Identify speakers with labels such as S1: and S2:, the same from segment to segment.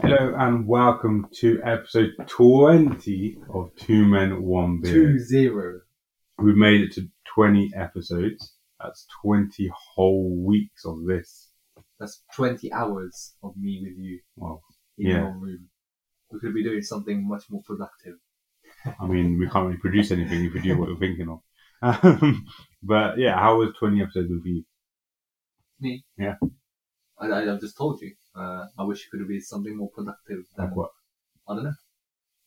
S1: Hello and welcome to episode 20 of Two Men, One Beer.
S2: Two zero.
S1: We've made it to 20 episodes. That's 20 whole weeks of this.
S2: That's twenty hours of me with you
S1: Well,
S2: in
S1: Yeah.
S2: one room. We could be doing something much more productive.
S1: I mean, we can't really produce anything if we do what we're thinking of. Um, but yeah, how was 20 episodes with you?
S2: Me?
S1: Yeah.
S2: I, I, have just told you. Uh, I wish it could be something more productive than
S1: Like what?
S2: I don't know.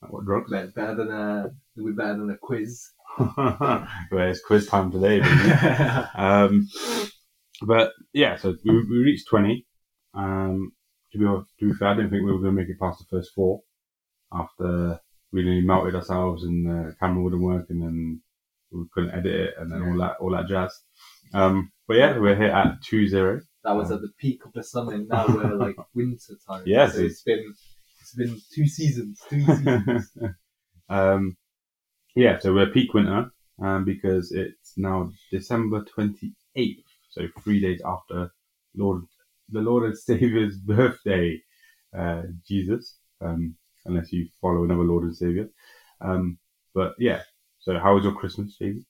S1: Like what drugs?
S2: Better, better than a it would be better than a quiz.
S1: well, it's quiz time today, baby.
S2: yeah,
S1: Um, but yeah, so we, we reached 20. Um, to be honest- to be fair, I didn't think we were going to make it past the first four after we really melted ourselves and the camera wouldn't work and then we couldn't edit it and then all that all that jazz. Um, but yeah, we're here at two zero.
S2: that was at the peak of the summer. and Now we're like winter time.
S1: Uh-huh. Yes,
S2: so it's been it's been two seasons. Two seasons.
S1: um, yeah, so we're peak winter um, because it's now December 28th, so three days after Lord the Lord and Savior's birthday, uh, Jesus, um, unless you follow another Lord and Savior. Um, but yeah, so how was your Christmas, David?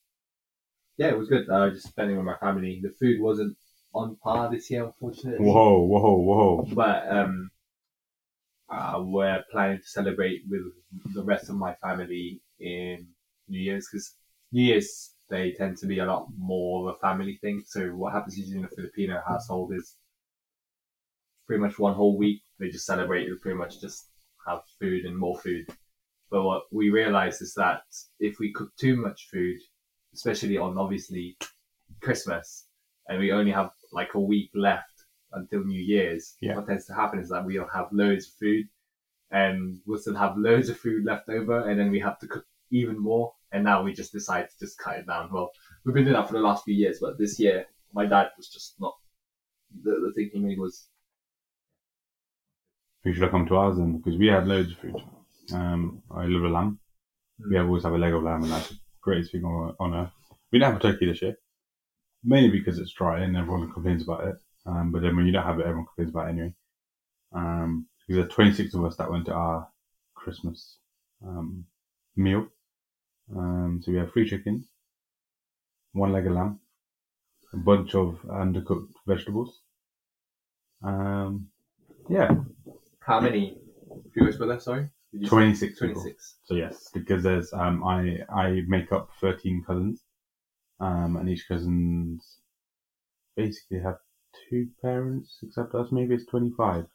S2: yeah, it was good. I was just spending with my family. The food wasn't on par this year, unfortunately.
S1: Whoa, whoa, whoa.
S2: but um, uh, we're planning to celebrate with the rest of my family in New Year's because New Year's they tend to be a lot more of a family thing. So what happens usually in a Filipino household is pretty much one whole week they just celebrate and pretty much just have food and more food. But what we realize is that if we cook too much food, especially on obviously Christmas, and we only have like a week left until New Year's,
S1: Yeah.
S2: what tends to happen is that we'll have loads of food and we'll still have loads of food left over and then we have to cook even more. And now we just decide to just cut it down. Well, we've been doing that for the last few years, but this year my dad was just not, the, the thing he made was
S1: We should have come to ours then because we had loads of food. Um, I love a lamb. We have always have a leg of lamb, and that's the greatest thing on, on earth. We don't have a turkey this year, mainly because it's dry and everyone complains about it. Um, but then when you don't have it, everyone complains about it anyway. Um, because there are 26 of us that went to our Christmas um, meal. Um, so we have three chickens, one leg of lamb, a bunch of undercooked vegetables. Um, yeah,
S2: How many viewers were there? Sorry, Did you say?
S1: 26 people.
S2: 26.
S1: So yes, because there's um I I make up thirteen cousins, um and each cousin's basically have two parents except us. Maybe it's twenty five.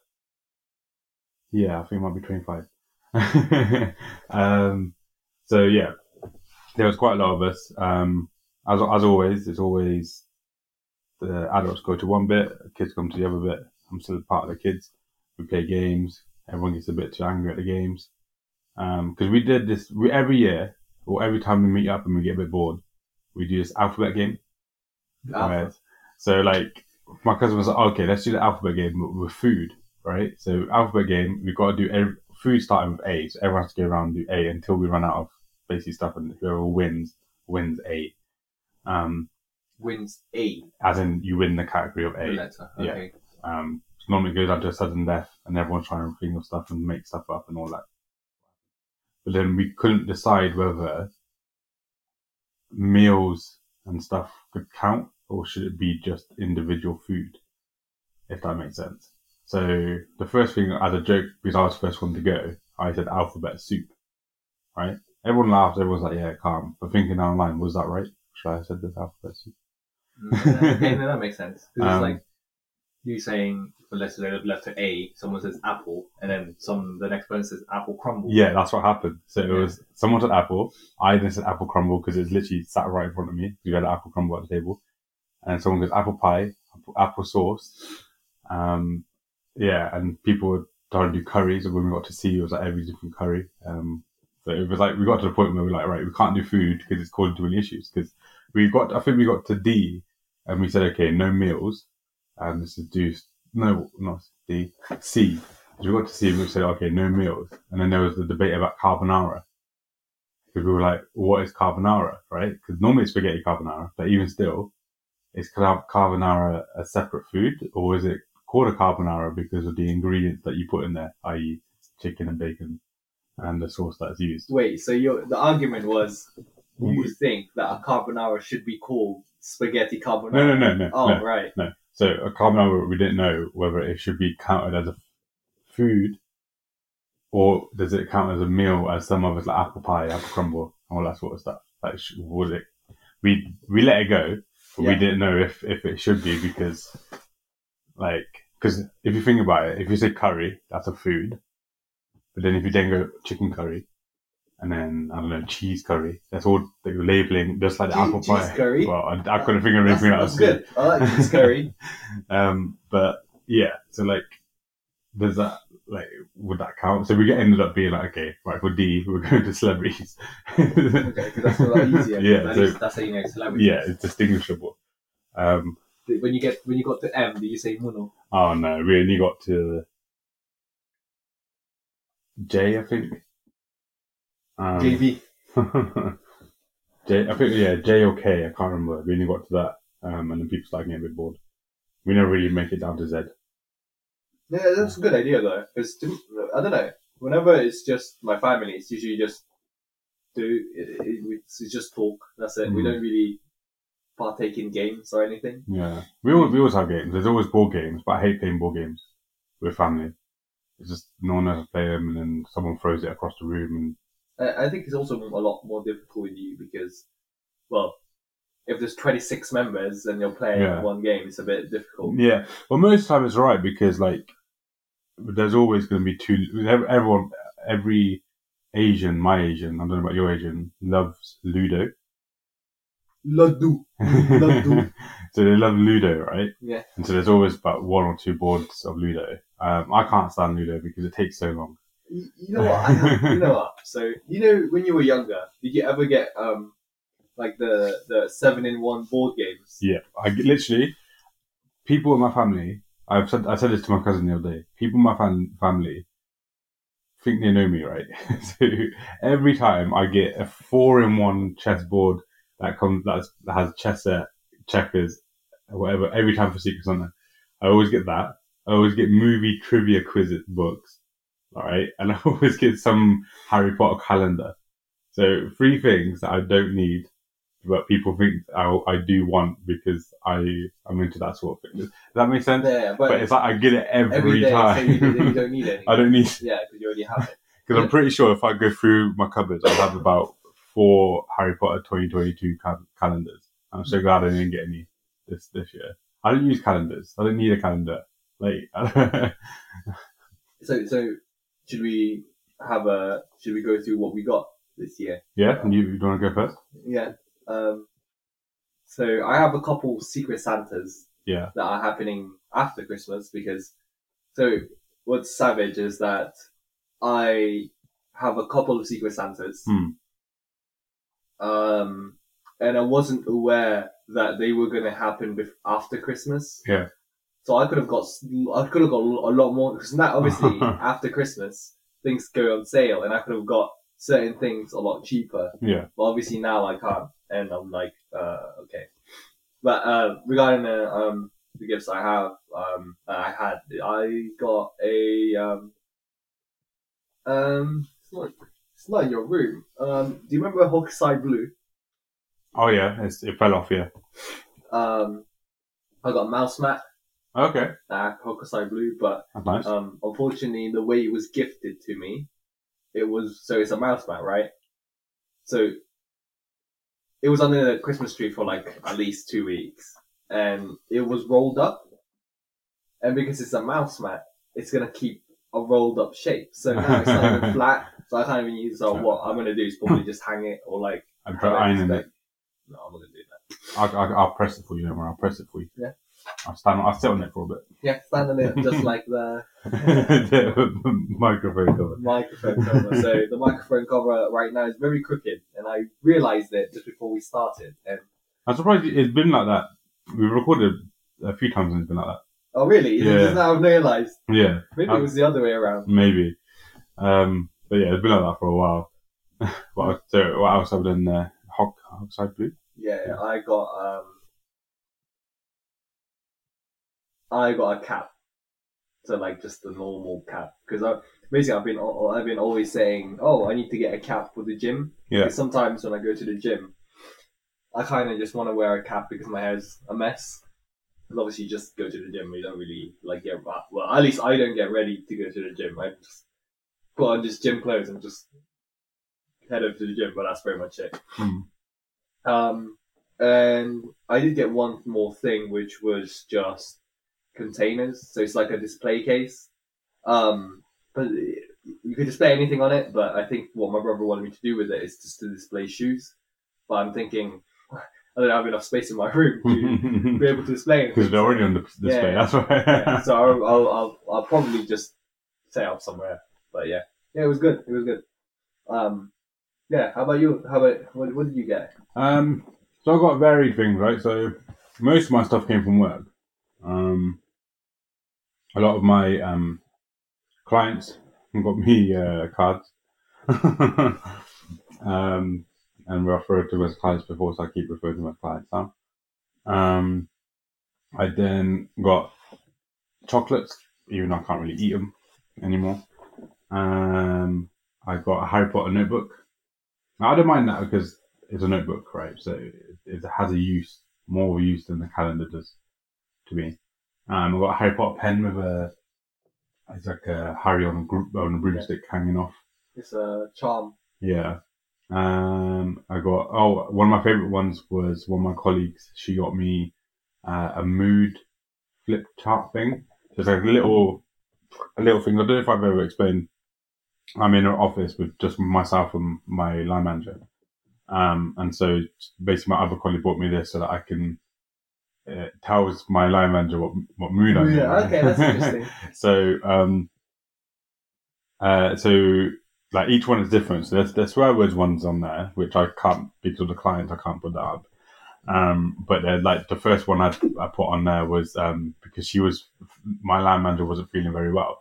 S1: Yeah, I think it might be twenty five. um, so yeah, there was quite a lot of us. Um, as as always, it's always the adults go to one bit, kids come to the other bit. I'm still part of the kids. We play games. Everyone gets a bit too angry at the games because Um, we did this we, every year or every time we meet up and we get a bit bored, we do this alphabet game.
S2: Alpha.
S1: Whereas- So like my cousin was like, "Oh, okay, let's do the alphabet game but with food, right? So alphabet game, we've got to do every, food starting with A, so everyone has to go around and do A until we run out of basically stuff, and whoever wins wins A. Um,
S2: wins A
S1: as in you win the category of
S2: the
S1: A.
S2: letter.
S1: yeah.
S2: Okay.
S1: Um, normally it goes down to a sudden death, and everyone's trying to think of stuff and make stuff up and all that. But then we couldn't decide whether meals and stuff could count, or should it be just individual food, if that makes sense. So the first thing, as a joke, because I was the first one to go, I said alphabet soup, right? Everyone laughed. Everyone's like, "Yeah, calm." But thinking down the line, was that right? Should I have said this alphabet soup?
S2: Mm, okay, no, that makes sense.
S1: Um,
S2: 'Cause it's like you saying the letter the letter A, someone says apple, and then some the next person says apple crumble.
S1: Yeah, that's what happened. So it
S2: Yeah.
S1: was someone said apple. I then said apple crumble because it's literally sat right in front of me. We had an apple crumble at the table, and someone goes apple pie, apple, apple sauce. Um, yeah, and people were trying to do curries. And when we got to see, it was like every different curry. Um, so it was like we got to the point where we were like, right, we can't do food because it's causing too many issues. Because we got, I think we got to D, and we said, okay, no meals, and this is do no, not D, C. So we got to see if we said, okay, no meals. And then there was the debate about carbonara. Because we were like, what is carbonara, right? Because normally it's spaghetti carbonara, but even still, is car- carbonara a separate food or is it called a carbonara because of the ingredients that you put in there, i.e., chicken and bacon, and the sauce that's used.
S3: Wait, so your the argument was you
S1: Mm-hmm.
S3: think that a carbonara should be called spaghetti carbonara?
S1: No, no, no, no.
S3: Oh,
S1: no.
S3: right.
S1: So a carbonara, we didn't know whether it should be counted as a food or does it count as a meal, as some of us like apple pie, apple crumble, and all that sort of stuff. Like, sh- was it? We we let it go, but we
S3: Yeah.
S1: didn't know if if it should be because, like, because if you think about it, if you say curry, that's a food, but then if you then go chicken curry. And then I don't know cheese curry. That's all the labeling, just like the
S3: Che-
S1: apple
S3: cheese
S1: pie.
S3: curry?
S1: Well, I, I couldn't think of anything else.
S3: that's, that's good. I like cheese curry.
S1: Um, but yeah, so like, does that like would that count? So we get- ended up being like, okay, right for D, we're going to celebrities.
S3: okay, because that's a lot easier.
S1: yeah,
S3: At
S1: so
S3: least that's how you know celebrities.
S1: yeah, it's distinguishable. Um,
S3: When you get when you got to M, do you say mono?
S1: oh no, we only got to J, I think. Um,
S3: JV.
S1: J, I think yeah, J or K, I can't remember. We only got to that, um, and then people started getting a bit bored. We never really make it down to Z.
S3: Yeah, that's a good idea though. Because I don't know. Whenever it's just my family, it's usually just do. It, it, it's just talk. That's it. We
S1: Mm.
S3: don't really partake in games or anything.
S1: Yeah, we always we always have games. There's always board games, but I hate playing board games with family. It's just no one else play them, and then someone throws it across the room, and
S3: I, I think it's also a lot more difficult with you because, well, if there's 26 members and you're playing
S1: Yeah.
S3: one game, it's a bit difficult.
S1: Yeah, well, most of the time it's right because like there's always going to be two. ev- Everyone, every Asian, my Asian, I don't know about your Asian, loves Ludo.
S3: Ludo. Ludo.
S1: so they love Ludo, right?
S3: Yeah.
S1: And so there's always about one or two boards of Ludo. Um, I can't stand Ludo because it takes so long.
S3: You, you know what? I have, you know what? So you know when you were younger, did you ever get um like the the seven in one board games?
S1: Yeah, I g- literally people in my family. I've said I said this to my cousin the other day. People in my fam- family think they know me, right? so every time I get a four-in-one chessboard that comes that's, that has chess set, checkers, or whatever. Every time for Secret Santa, I always get that. I always get movie trivia quiz books, all right, and I always get some Harry Potter calendar. So three things that I don't need but people think I, I do want because I I'm into that sort of thing. Does that make sense?
S3: Yeah,
S1: But,
S3: but,
S1: it's like I get it every,
S3: every day, so
S1: time.
S3: you, don't- you don't need any.
S1: I don't need because
S3: Yeah, because you already have it.
S1: I'm pretty sure if I go through my cupboard, I'll have about four Harry Potter 2022 cal- calendars. I'm so glad I didn't get any this this year. I don't use calendars. I don't need a calendar. Like
S3: So, so should we have a? Should we go through what we got this year?
S1: yeah, and you, you want to go first?
S3: Yeah. Um. So I have a couple Secret Santas.
S1: Yeah.
S3: That are happening after Christmas because, so what's savage is that I have a couple of Secret Santas.
S1: Hmm.
S3: Um, and I wasn't aware that they were going to happen bef- after Christmas.
S1: Yeah.
S3: So I could have got s- I could have got a lot more because now obviously after Christmas things go on sale and I could have got certain things a lot cheaper.
S1: Yeah.
S3: But obviously now I can't, and I'm like, uh, okay. But uh, regarding the um the gifts I have, um, I had I got a um um it's not it's not in your room. Um, do you remember Hokusai Blue?
S1: Oh yeah, it's, it fell off. Yeah.
S3: Um, I got a mouse mat
S1: Okay,
S3: at Hokusai Blue, but
S1: that's nice.
S3: um, unfortunately the way it was gifted to me, it was so it's a mouse mat, right? So it was under the Christmas tree for like at least two weeks, and it was rolled up. And because it's a mouse mat, it's gonna keep a rolled up shape. So now it's not even flat. So I can't even use. So what I'm gonna do is probably just hang it or like.
S1: I'm
S3: have
S1: trying ironing it.
S3: stacked. No, I'm not gonna do that.
S1: I, I, I'll press it for you, Omar. I'll press it for you.
S3: Yeah.
S1: I'll stand. I'll sit on it for a
S3: Yeah, stand on it just like the
S1: bit. the microphone cover.
S3: microphone cover. so the microphone cover right now is very crooked, and I realized it just before we started. And
S1: I'm surprised it's been like that. We've recorded a few times and it's been like
S3: oh, really? Is it
S1: Yeah.
S3: just now I've realized?
S1: that. Yeah,
S3: Maybe
S1: Um,
S3: it was the other way around.
S1: maybe. Um, but yeah, it's been like that for a while. what, so what else have I done there? Hawk, Hawkside Blue?
S3: Yeah, I got um, I got a cap. to like just the normal cap because I basically I've been al- I've been always saying oh I need to get a cap for the gym.
S1: Yeah.
S3: 'Cause Sometimes when I go to the gym, I kind of just want to wear a cap because my hair's a mess. 'Cause obviously you just go to the gym, you don't really like get ra- well at least I don't get ready to go to the gym. I just put on just gym clothes and just head over to the gym, but that's pretty much it.
S1: Hmm.
S3: Um, and Um, I did get one more thing, which was just containers. So it's like a display case. Um, but it- you could display anything on it. But I think what my brother wanted me to do with it is just to display shoes. But I'm thinking I don't have enough space in my room to be
S1: Because
S3: able to display. anything.
S1: they're already on the p- display.
S3: Yeah.
S1: That's why.
S3: Yeah, so I'll, I'll, I'll, I'll probably just set up somewhere. But yeah, yeah, it was good. It was good. Um, yeah. How about you? How about what? What did you get?
S1: Um, so I got varied things, right? So most of my stuff came from work. Um, a lot of my um, clients got me uh, cards, um, and referred to as clients before, so I keep referring to them as clients now. Um, I then got chocolates, even though I can't really eat them anymore. Um, I got a Harry Potter notebook. Now, I don't mind that because it's a notebook, right? So it, it has a use, more use than the calendar does to me. Um, I've got a Harry Potter pen with a, it's like a Harry on a, gro- on a broomstick hanging off.
S3: It's a charm.
S1: Yeah. Um, I got, oh, one of my favorite ones was one of my colleagues. She got me uh, a mood flip chart thing. So it's like a little, a little thing. I don't know if I've ever explained. I'm in an office with just myself and my line manager. Um, and so basically my other colleague bought me this so that I can, uh, tells my line manager what, what mood I'm in.
S3: Yeah, okay, that's interesting.
S1: So, um, uh, so like each one is different. So there's, there's swear words ones on there, which I can't because of the client, I can't put that up. Um, but they're like the first one I, I put on there was um, because she was my line manager wasn't feeling very well,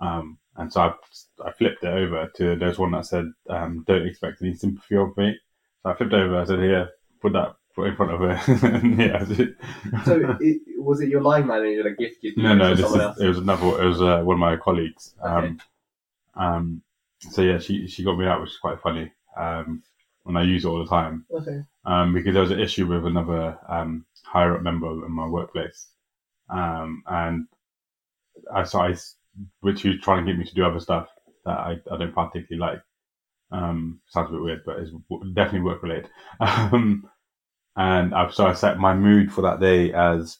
S1: um, and so I, I flipped it over to there's one that said um, don't expect any sympathy of me. So I flipped over. I said here, put that put it in front of her. And yeah,
S3: So it, was it your line manager that gifted you?
S1: No,
S3: or
S1: no, this
S3: someone
S1: is,
S3: else?
S1: it was another. It was uh, one of my colleagues. Um,
S3: Okay.
S1: um, so yeah, she she got me out, which is quite funny. Um, and I use it all the time
S3: Okay.
S1: um, because there was an issue with another um, higher up member in my workplace, um, and I so I s- which he was trying to get me to do other stuff that I, I don't particularly like. Um, sounds a bit weird, but it's w- definitely work related. Um, and I've, so I set my mood for that day as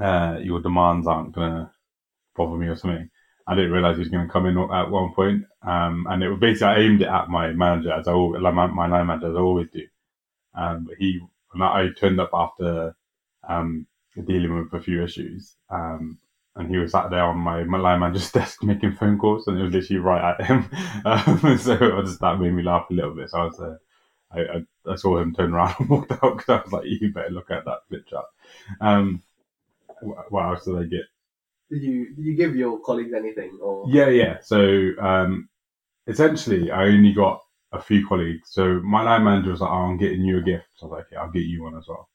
S1: uh, your demands aren't gonna bother me or something. I didn't realize he was going to come in at one point, um, and it was basically I aimed it at my manager as I al- like my, my line manager as I always do. Um, but he, and I turned up after um, dealing with a few issues, um, and he was sat there on my, my line manager's desk making phone calls, and it was literally right at him. Um, so I just that made me laugh a little bit. So I was, uh, I, I, I saw him turn around and walked out because I was like, "You better look at that flip chart." Um, wh- what else did I get?
S3: Did you did you give your colleagues anything or?
S1: Yeah, yeah. So um, essentially, I only got a few colleagues. So my line manager was like, oh, "I'm getting you a gift." So I was like, "Yeah, I'll get you one as well."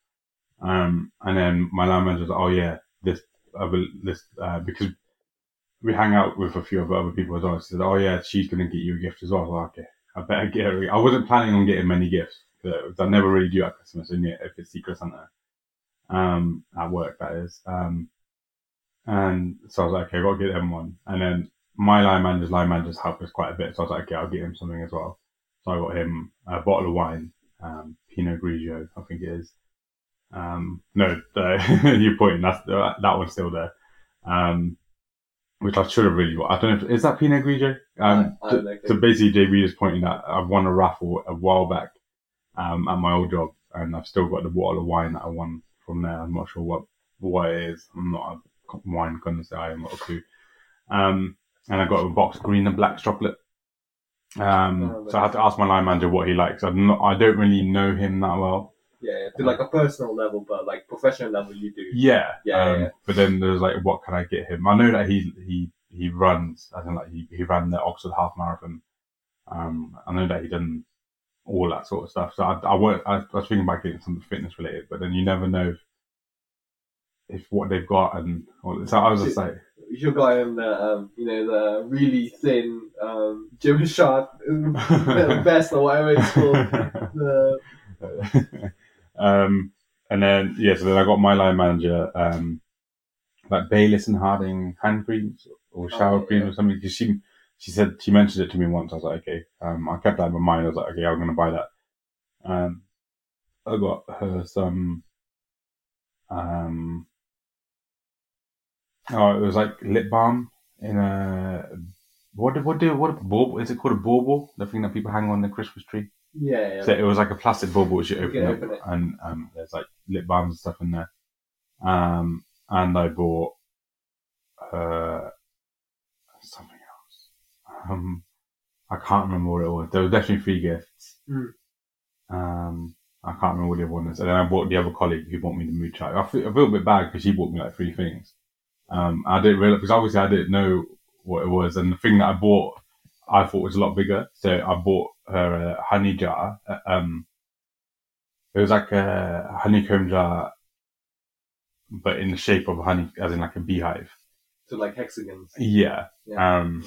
S1: Um, and then my line manager was like, "Oh yeah, this other this uh, because we hang out with a few of the other people as well." She said, "Oh yeah, she's gonna get you a gift as well." I was like, "Okay, I better get her." a- I wasn't planning on getting many gifts because I never really do at Christmas, and yet if it's Secret Santa, um, at work that is. Um, and so I was like, "Okay, I gotta get them one." And then my line manager's line manager's helped us quite a bit, so I was like, okay, I'll get him something as well. So I got him a bottle of wine, um, Pinot Grigio, I think it is. Um, no, the, you're pointing, that's, that one's still there. Um, which I should have really got. I don't know, if, is that Pinot Grigio? Um,
S3: I- I don't know.
S1: so basically, JB is pointing out I've won a raffle a while back um, at my old job, and I've still got the bottle of wine that I won from there. I'm not sure what what it is. I'm not a wine connoisseur. I am not a clue. Um, and I got a box of green and black chocolate. Um,
S3: Oh,
S1: so I had to ask my line manager what he likes. I'm not, I don't really know him that well.
S3: yeah, yeah. To like a personal level, but like professional level, you do.
S1: Yeah. um,
S3: Yeah, yeah, yeah.
S1: But then there's like, what can I get him? I know that he he he runs. I think like he, he ran the Oxford Half Marathon. Um, I know that he done all that sort of stuff. So I I, won't, I, I was thinking about getting something fitness related, but then you never know if, if what they've got and all, so I was just like,
S3: it's your guy on the um, you know the really thin um, Jim Sharp vest or whatever it's called. The,
S1: um, and then yeah, so then I got my line manager um, like Bayliss and Harding hand creams or shower
S3: Oh,
S1: cream
S3: yeah.
S1: or something. 'cause she she said she mentioned it to me once. I was like, okay. Um, I kept that in my mind. I was like, okay, I'm gonna buy that. Um, I got her some. Um, oh, it was like lip balm in a what do- what do what a bauble is it called a bauble? The thing that people hang on the Christmas tree.
S3: yeah, yeah.
S1: So it was like a plastic bubble which you
S3: You
S1: open,
S3: can
S1: up,
S3: open it.
S1: and um, there's like lip balms and stuff in there. Um, and I bought uh, something else. Um, I can't remember what it was. There was definitely three gifts.
S3: Mm.
S1: Um, I can't remember what the other one is. And then I bought the other colleague who bought me the mood chart. I feel, I feel a bit bad because she bought me like three things. Um, I didn't realize because obviously I didn't know what it was, and the thing that I bought I thought was a lot bigger. So I bought her a honey jar. uh, Um, it was like a honeycomb jar, but in the shape of a honey, as in like a beehive.
S3: So like hexagons.
S1: Yeah. Um,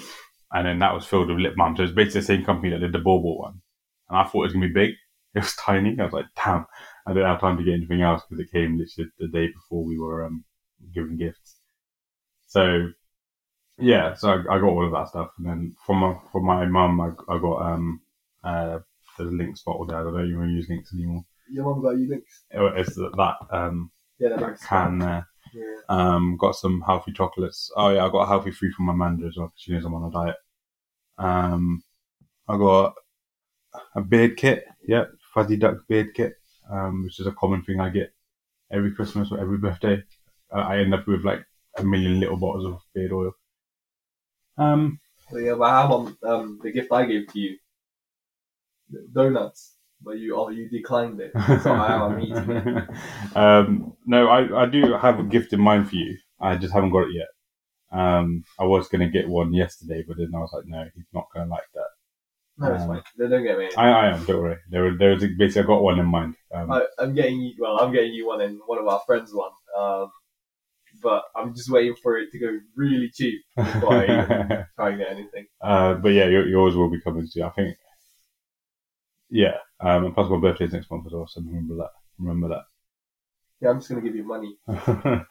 S1: and then that was filled with lip balm. So it's basically the same company that did the Bauble one. And I thought it was gonna be big. It was tiny. I was like, damn, I didn't have time to get anything else because it came literally the day before we were um, giving gifts. So yeah, so I, I got all of that stuff, and then from my, from my mum, I, I got um uh the links bottle there. I don't even use links anymore.
S3: Your mum got you links.
S1: It- It's that um
S3: Yeah, that
S1: that
S3: makes
S1: can there.
S3: Yeah.
S1: Um, got some healthy chocolates. Oh yeah, I got healthy food from my manager as well 'cause she knows I'm on a diet. Um, I got a beard kit. Yep, fuzzy duck beard kit, um, which is a common thing I get every Christmas or every birthday. I, I end up with like a million little bottles of beard oil. Um,
S3: So yeah, but how about um, the gift I gave to you? The Donuts. But you oh, you declined it. So I am eating it.
S1: um, no, I, I do have a gift in mind for you. I just haven't got it yet. Um, I was going to get one yesterday, but then I was like, no, he's not going to like that.
S3: No, it's
S1: Um,
S3: fine. They don't get me.
S1: I, I am, don't worry. There, were- there was basically, I got one in mind. Um,
S3: I, I'm getting you. Well, I'm getting you one and one of our friends one. Um, but I'm just waiting for it to go really cheap before I even try and get anything.
S1: uh, but yeah, your, yours will be coming soon. I think. Yeah. Um, and plus my birthday's next month as well, so remember that. Remember that.
S3: Yeah, I'm just gonna give you money.
S1: um,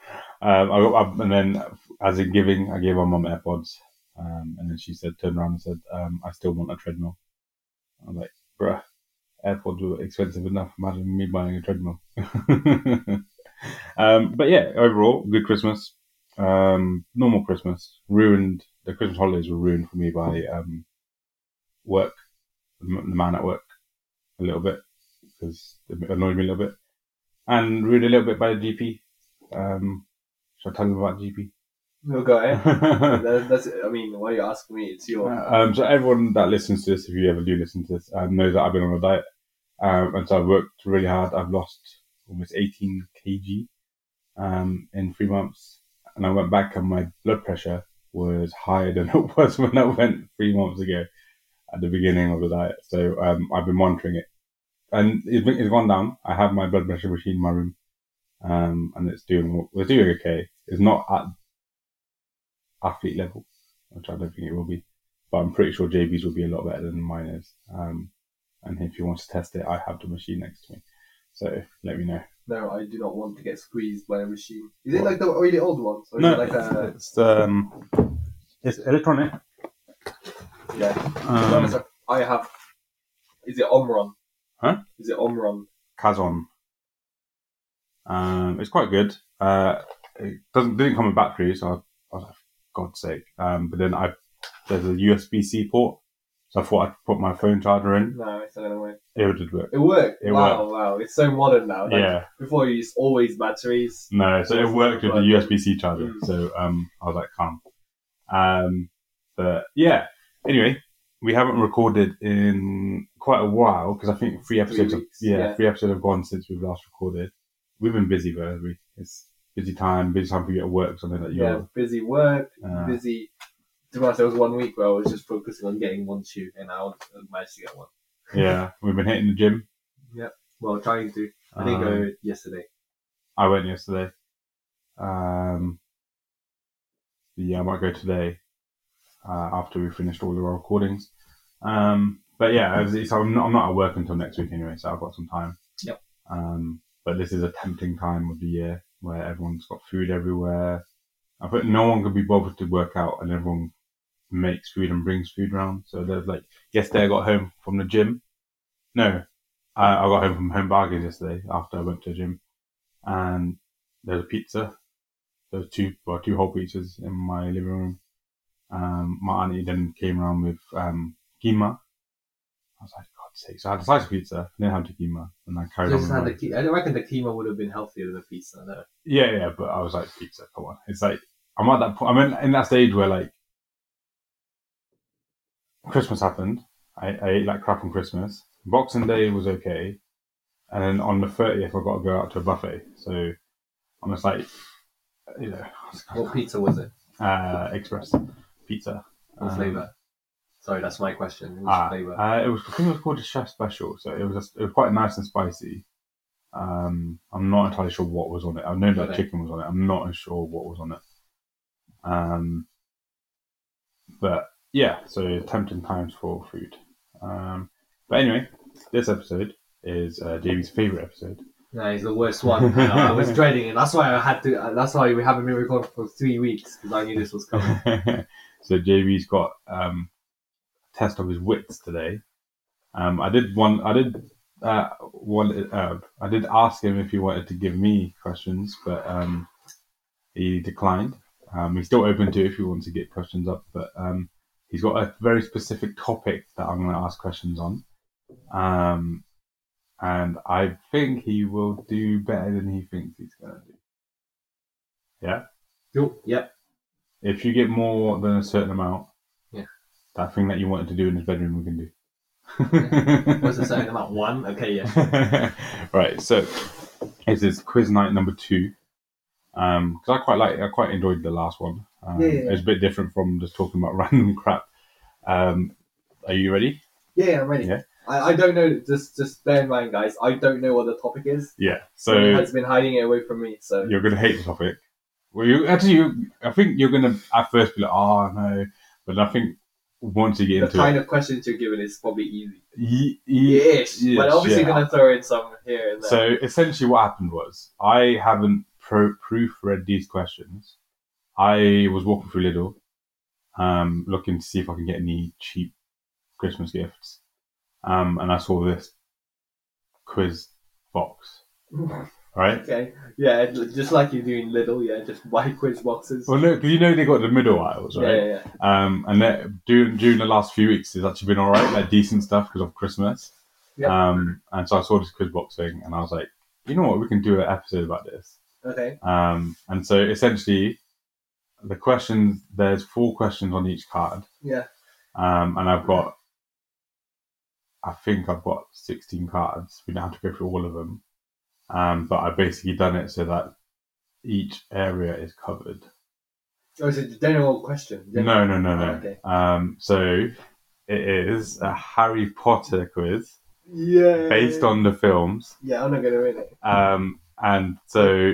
S1: I got, and then as in giving, I gave my mum AirPods, um, and then she said, turned around and said, um, "I still want a treadmill." I was like, "Bruh, AirPods were expensive enough. Imagine me buying a treadmill." um, but yeah, overall, good Christmas. Um, normal Christmas. Ruined. The Christmas holidays were ruined for me by um, work, the m- the man at work, a little bit because it annoyed me a little bit, and ruined a little bit by the GP. Um, should I tell them about GP?
S3: We'll go ahead. That, that's. I mean, why are you asking me? It's your.
S1: um, so everyone that listens to this, if you ever do listen to this, um, knows that I've been on a diet, um, and so I've worked really hard. I've lost almost 18 kg um, in three months, and I went back and my blood pressure was higher than it was when I went three months ago at the beginning of the diet. So um, I've been monitoring it, and it's, been, it's gone down. I have my blood pressure machine in my room, um, and it's doing it's doing okay. It's not at athlete level, which I don't think it will be but I'm pretty sure JB's will be a lot better than mine is. Um, and if you want to test it, I have the machine next to me, so let me know.
S3: No, I do not want to get squeezed by a machine. Is it like the really old ones? Or is it like uh, a
S1: it's, it's, um, it's electronic.
S3: yeah? To be
S1: Um,
S3: honest, I have. Is it Omron?
S1: Huh?
S3: Is it Omron?
S1: Kazon. Um, it's quite good. Uh, it doesn't didn't come with batteries, so I, I was like, God's sake. Um, but then I there's a USB C port, so I thought I'd put my phone charger in.
S3: No, it's not gonna work.
S1: It did work.
S3: It worked.
S1: It
S3: wow, wow, it's so modern now. Like,
S1: yeah.
S3: Before you used always batteries.
S1: No, so it worked with the USB C charger.
S3: Mm.
S1: So um, I was like, calm. Um, but yeah, anyway, we haven't recorded in quite a while because I think three episodes. have-
S3: weeks,
S1: yeah,
S3: yeah.
S1: three episodes have gone since we've last recorded. We've been busy, though. We it's busy time, busy time for you at work, something like
S3: Yeah,
S1: you.
S3: busy work,
S1: Uh,
S3: busy. To be honest, there was one week where I was just focusing on getting one shoe, and I managed to get one.
S1: yeah, we've been hitting the gym.
S3: Well, trying to. I uh,
S1: Um,
S3: didn't go yesterday.
S1: I went yesterday. Um, yeah, I might go today uh, after we finished all the recordings. Um, but yeah, as it's, I'm, not, I'm not at work until next week anyway, so I've got some time.
S2: Yep.
S1: Um, but this is a tempting time of the year where everyone's got food everywhere. I think no one could be bothered to work out, and everyone makes food and brings food round. So there's like yesterday I got home from the gym. No, I, I got home from Home Bargains yesterday after I went to the gym, and there was pizza. There was two, well, two whole pizzas in my living room. Um, my auntie then came around with um, keema. I was like, God's sake! So I had a slice of pizza, then had the keema, and I carried on.
S2: Just
S1: with
S2: had
S1: my-
S2: the ke- I reckon the keema would have been healthier than the pizza. No.
S1: yeah, yeah, but I was like, pizza, come on. It's like, I'm at that point, I'm in, in that stage where like, Christmas happened. I, I ate like crap on Christmas. Boxing Day was okay. And then on the 30th, I got to go out to a buffet. So I'm just like, you know, Ah.
S2: What pizza was it?
S1: uh, express pizza.
S2: What
S1: Um,
S2: flavour? Sorry, that's my question. What
S1: Ah,
S2: flavour?
S1: uh, it was I think it was called a chef special, so it was a, it was quite nice and spicy. Um, I'm not entirely sure what was on it. I know that
S2: Okay.
S1: chicken was on it. I'm not sure what was on it. Um, but yeah, so tempting times for food. Um, but anyway, this episode is uh, Jamie's favorite episode.
S2: No, it's the worst one. You know, I was dreading it. That's why I had to. That's why we haven't been recording for three weeks because I knew this was coming.
S1: so JB's got um, a test of his wits today. Um, I did one. I did uh, one. Uh, I did ask him if he wanted to give me questions, but um, he declined. Um, he's still open to it if he wants to get questions up, but um, he's got a very specific topic that I'm going to ask questions on. Um, and I think he will do better than he thinks he's going to do.
S2: Cool. Yep.
S1: If you get more than a certain amount,
S2: Yeah.
S1: that thing that you wanted to do in his bedroom, we can do.
S2: Was it something about one? Okay. Yeah.
S1: right, so this is quiz night number two. Um, because I quite like, I quite enjoyed the last one. Um,
S2: Yeah, yeah, yeah.
S1: It's a bit different from just talking about random crap. Um, are you ready?
S4: Yeah, yeah, I'm ready.
S1: Yeah.
S4: I, I don't know. Just just bear in mind, guys. I don't know what the topic is.
S1: Yeah.
S4: Someone
S1: So
S4: has been hiding it away from me. So
S1: you're gonna hate the topic. Well, you actually, you, I think you're gonna at first be like, oh no, but I think once you get
S4: the
S1: into
S4: kind
S1: it,
S4: of questions you're given is probably easy.
S1: ye- ye-
S4: Yes, but
S1: yes,
S4: obviously
S1: yeah.
S4: gonna throw in some here and there.
S1: So essentially, what happened was I haven't pro- proofread these questions. I was walking through Lidl, um, looking to see if I can get any cheap Christmas gifts, um, and I saw this quiz box. Right?
S4: okay, yeah, just like you do in Lidl, yeah, just buy quiz boxes.
S1: Well, no, 'cause you know they got the middle aisles,
S4: yeah,
S1: right?
S4: yeah, yeah.
S1: Um, and that, during during the last few weeks, it's actually been all right, like decent stuff because of Christmas.
S4: Yeah.
S1: Um, and so I saw this quiz box thing, and I was like, you know what, we can do an episode about this.
S4: Okay,
S1: Um, and so essentially, the questions there's four questions on each card.
S4: Yeah.
S1: Um, and I've got, I think I've got 16 cards. We don't have to go through all of them. Um, but I've basically done it so that each area is covered.
S4: oh, so the general question. yeah.
S1: No, no, no,
S4: Oh,
S1: no.
S4: okay.
S1: Um, so it is a Harry Potter quiz
S4: Yeah.
S1: based on the films.
S4: Yeah, I'm not gonna win it.
S1: Um, and so